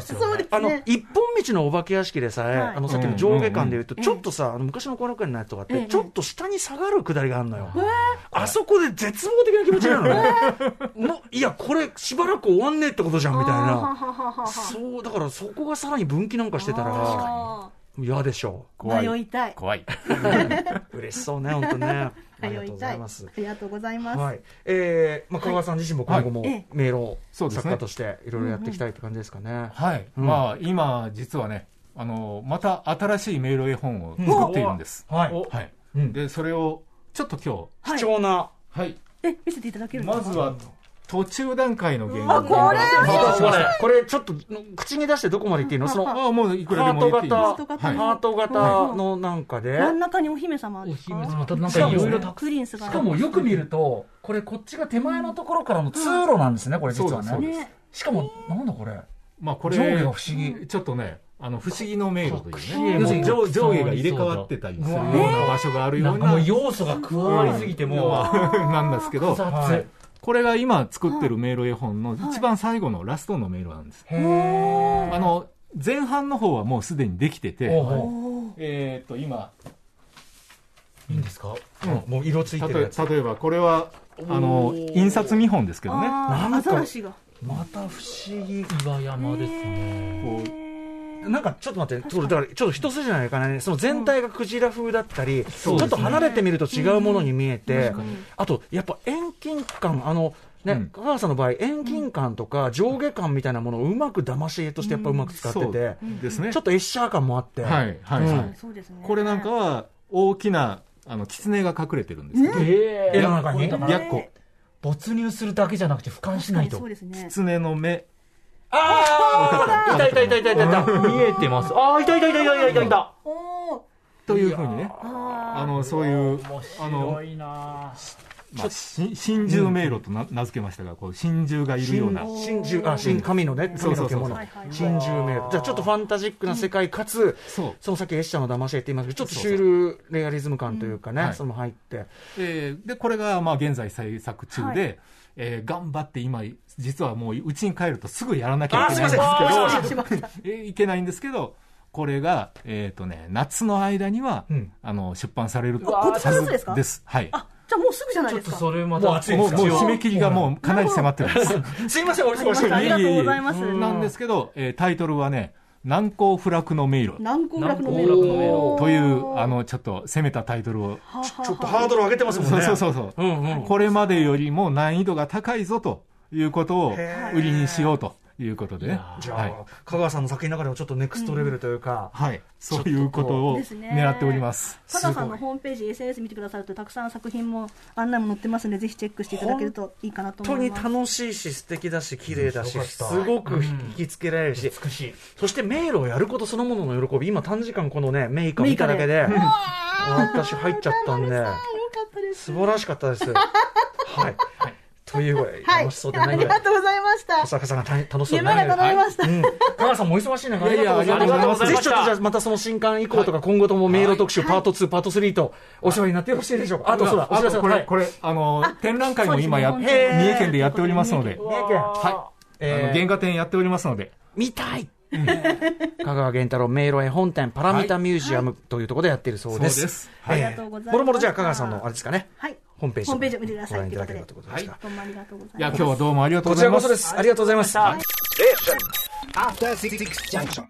Speaker 4: そうですね
Speaker 2: あの、一本道のお化け屋敷でさえ、
Speaker 4: はい
Speaker 2: あの、さっきの上下感で言うと、ちょっとさ、あの昔の後楽園のやつとかっ
Speaker 4: え
Speaker 2: て、
Speaker 4: え
Speaker 2: ちょっと下に下がる下りがあるのよ。あそこで絶望的な気持ちになるのね。もう、いや、これしばらく終わんねえってことじゃん、みたい
Speaker 4: あーは
Speaker 2: な。
Speaker 4: ははは
Speaker 2: そう、だからそこがさらに分岐なんかしてたら、
Speaker 4: あ
Speaker 2: 嫌でしょ。
Speaker 4: ー迷いたい
Speaker 5: 怖いう
Speaker 2: 嬉しそうね、本当ね。 ありがとう
Speaker 4: 迷い
Speaker 2: ご
Speaker 4: た
Speaker 2: ざ
Speaker 4: い
Speaker 2: います
Speaker 4: あ。りがとうございます、
Speaker 2: はい、えー、まあ、香川さん自身も今後も
Speaker 4: はいえ
Speaker 2: 迷路
Speaker 5: そうです
Speaker 2: 作
Speaker 5: ね
Speaker 2: 家としていろいろやっていきたいって感じですかね。
Speaker 5: はい、
Speaker 2: うん
Speaker 5: まあ今実はねあのまた新しい迷路絵本を作っているんです、
Speaker 2: はい
Speaker 3: お
Speaker 5: はい
Speaker 2: うん
Speaker 5: でそれをちょっと今
Speaker 4: はい
Speaker 2: 貴重な、
Speaker 5: 日はい
Speaker 4: え見せていただけるんです
Speaker 5: ま
Speaker 4: か
Speaker 5: ずは途中段階の原
Speaker 4: あ
Speaker 5: 画
Speaker 4: これは
Speaker 2: これ、これちょっと口に出してどこまで言っていいのその、ハ
Speaker 5: ああもういくらでも
Speaker 2: ー
Speaker 5: 言
Speaker 2: ト
Speaker 5: っていい
Speaker 4: ト
Speaker 5: で
Speaker 2: 型、
Speaker 5: す
Speaker 4: 型
Speaker 5: は
Speaker 2: ハート型のなんかで、
Speaker 4: 真ん中にお姫様ですか
Speaker 3: お姫様となん
Speaker 2: か
Speaker 4: そうですね
Speaker 2: いろいろた
Speaker 4: プリンスが
Speaker 2: しかもよく見ると、これこっちが手前のところからの通路なんですね、これ実は
Speaker 5: そうで
Speaker 2: ね。
Speaker 4: ね
Speaker 2: しかも、なんだこれ。
Speaker 5: いまあこれ
Speaker 2: 上下が不思議
Speaker 5: ちょっとねあの不思議の迷路という
Speaker 2: 隠
Speaker 5: ね
Speaker 2: し
Speaker 5: 要するに上
Speaker 3: も
Speaker 5: 上下が入れ替わってたりするような場所がある
Speaker 3: な
Speaker 5: ようん
Speaker 3: か
Speaker 5: な
Speaker 3: もう要素が加わりすぎてもう
Speaker 5: うん なんですけど
Speaker 3: 雑、
Speaker 5: はいこれが今作ってる迷路絵本の一番最後のラストの迷路なんです、
Speaker 2: へー
Speaker 5: あの前半の方はもうすでにできてて、
Speaker 2: おうおう
Speaker 5: えーっと今
Speaker 3: いいんですか
Speaker 5: うん
Speaker 2: もう色ついてるやつ。
Speaker 5: 例え例えばこれはあの印刷見本ですけどね
Speaker 4: あー
Speaker 2: な
Speaker 4: ア
Speaker 2: んか
Speaker 4: ザラシが
Speaker 2: また不思議。
Speaker 3: 岩山ですね
Speaker 5: こう
Speaker 2: なんかちょっと待って、それだからちょっと一筋縄にはいかないね、その全体がクジラ風だったり、ちょっと離れてみると違うものに見えて、あとやっぱ遠近感、あのね、
Speaker 5: うん
Speaker 2: 香川さんの場合、遠近感とか上下感みたいなものをうまく騙し絵としてやっぱうまく使って
Speaker 5: そう
Speaker 2: て、
Speaker 5: ですね
Speaker 2: ちょっとエッシャー感もあって、
Speaker 5: はいはいはい、
Speaker 2: うん
Speaker 4: そうですね
Speaker 5: これなんかは大きなあの狐が隠れてるんですけど、
Speaker 3: え
Speaker 2: 絵の中に
Speaker 5: やっこ
Speaker 3: 没入するだけじゃなくて俯瞰し
Speaker 4: 確
Speaker 3: な
Speaker 4: か
Speaker 3: い
Speaker 4: に
Speaker 3: と
Speaker 4: そうですね
Speaker 5: 狐の目
Speaker 3: ああいたいたいたいたいたいた見えてますああいたいたいたいたいたいた
Speaker 4: おお
Speaker 5: というふうにねあのそういう
Speaker 3: 面
Speaker 5: あの
Speaker 3: 白、いなぁ
Speaker 5: まあ、し真珠迷路とな名付けましたがこう真珠がいるような
Speaker 2: 真珠、あ、真神のね、神の
Speaker 5: そうそうそう
Speaker 2: 獣
Speaker 5: はい
Speaker 4: はいは、い
Speaker 2: 真珠名じゃあちょっとファンタジックな世界かつ、
Speaker 5: そう
Speaker 2: そのさっきエッシャーの騙し絵って言いますけど、ちょっとシュールレアリズム感というか
Speaker 5: うん
Speaker 2: ね
Speaker 5: は、い
Speaker 2: その入って。
Speaker 5: えーでこれがまあ現在制作中で、
Speaker 4: は
Speaker 5: えー頑張って今実はもううちに帰るとすぐやらなきゃ
Speaker 2: あ
Speaker 5: い
Speaker 2: ー、
Speaker 5: け
Speaker 2: すい
Speaker 5: ない
Speaker 2: ませ
Speaker 5: ん
Speaker 2: ん。あ
Speaker 5: です
Speaker 2: ーすいま
Speaker 4: しました
Speaker 5: けどえーいけないんですけどこれが、えーとね、夏の間には、
Speaker 2: うん
Speaker 5: あの出版される
Speaker 4: うわ今年の夏ですか
Speaker 5: ですはい
Speaker 4: あじゃあもうすぐじゃない
Speaker 3: ちょ
Speaker 4: で
Speaker 3: っ
Speaker 4: す
Speaker 3: と
Speaker 4: か
Speaker 3: それ
Speaker 2: も
Speaker 3: ま
Speaker 2: う
Speaker 3: た
Speaker 2: 暑いで
Speaker 5: も
Speaker 2: す
Speaker 5: う
Speaker 2: か
Speaker 5: もう締め切りがもうかなり迫ってるんです
Speaker 2: せん。すいません、お忙しい。
Speaker 4: ありがとうございま
Speaker 5: え
Speaker 4: す
Speaker 5: えなんですけど、えータイトルはね、難攻不落の迷路
Speaker 4: 南高楽の迷
Speaker 3: 南
Speaker 4: 路
Speaker 3: 高楽の迷路
Speaker 5: という、あの、ちょっと攻めたタイトルを。
Speaker 2: ちょっとハードル上げてますもん
Speaker 5: そう
Speaker 2: ね。
Speaker 5: そうそうそう、
Speaker 2: うんうん
Speaker 5: これまでよりも難易度が高いぞということを
Speaker 2: へー
Speaker 5: 売りにしようということでね。
Speaker 2: じゃ
Speaker 5: は
Speaker 2: あ、
Speaker 5: い。
Speaker 2: 香川さんの作品の中でもちょっとネクストレベルというか、
Speaker 5: はい。そういうことを
Speaker 4: ですね
Speaker 5: 狙っております。
Speaker 4: 加賀さんのホームページ SNS 見てくださるとたくさん作品も案内も載ってますのでぜひチェックしていただけるといいかなと
Speaker 2: 本当
Speaker 4: 思い
Speaker 2: に
Speaker 4: ます
Speaker 2: 楽しいし、素敵だし、綺麗だし、
Speaker 3: 面
Speaker 2: す
Speaker 3: 白かった
Speaker 2: ごく引きつけられるし、
Speaker 3: 美しい
Speaker 2: そして迷路をやることそのものの喜び、今短時間このね、メイカ見ただけで、私入っちゃったんで、
Speaker 4: かったです
Speaker 2: 素晴らしかったです。はい。というぐらい
Speaker 4: はい
Speaker 2: 楽しそうで
Speaker 4: あ
Speaker 2: ない
Speaker 4: り
Speaker 2: ぐら
Speaker 4: が
Speaker 2: い、
Speaker 4: とうございました
Speaker 2: 小坂さんが大楽しそうで
Speaker 4: 夢
Speaker 2: ない
Speaker 4: が
Speaker 2: ぐらい。
Speaker 4: 叶いまし
Speaker 2: う
Speaker 4: た
Speaker 2: ん、香川さんもお忙しい中、
Speaker 5: いやいや
Speaker 2: ありがとうございます。
Speaker 3: あ
Speaker 2: ぜひ
Speaker 3: りが
Speaker 2: ち
Speaker 3: と
Speaker 2: ょっ
Speaker 3: うご
Speaker 2: と
Speaker 3: ざいました
Speaker 2: じゃあまたその新刊以降とか、今後ともメール特集、パート2、パート3とお世話になってよろしいでしょうか。あとそうだ、お
Speaker 5: あ
Speaker 2: 知らせ
Speaker 5: とこれ、
Speaker 2: はい
Speaker 5: これ、あの、展覧会も今や、
Speaker 4: そう
Speaker 5: 三
Speaker 4: ですね
Speaker 5: 重県でやっておりますので、
Speaker 2: 三重県
Speaker 5: はい。あ
Speaker 2: え
Speaker 5: の
Speaker 2: ー
Speaker 5: 原画展やっておりますので、
Speaker 2: 見たい香川源太郎迷路絵本店パラミタミュージアムというところでやっているそうです。
Speaker 5: そうです
Speaker 2: えー
Speaker 4: ありがとうございます
Speaker 2: もろもろじゃあ香川さんのあれですかね。
Speaker 4: はい
Speaker 2: ホームページ。
Speaker 4: ホームページを見てください
Speaker 2: ご覧いただければということですか。
Speaker 4: どうもありがとうござい
Speaker 5: いや、
Speaker 4: ま
Speaker 5: 今
Speaker 4: す
Speaker 5: 日はどうもありがと
Speaker 2: こ
Speaker 5: うご
Speaker 2: ち
Speaker 5: ざい
Speaker 2: ら
Speaker 5: ま
Speaker 2: こ
Speaker 5: す
Speaker 2: そで。す。ありがとうございました。
Speaker 6: After Six Junction.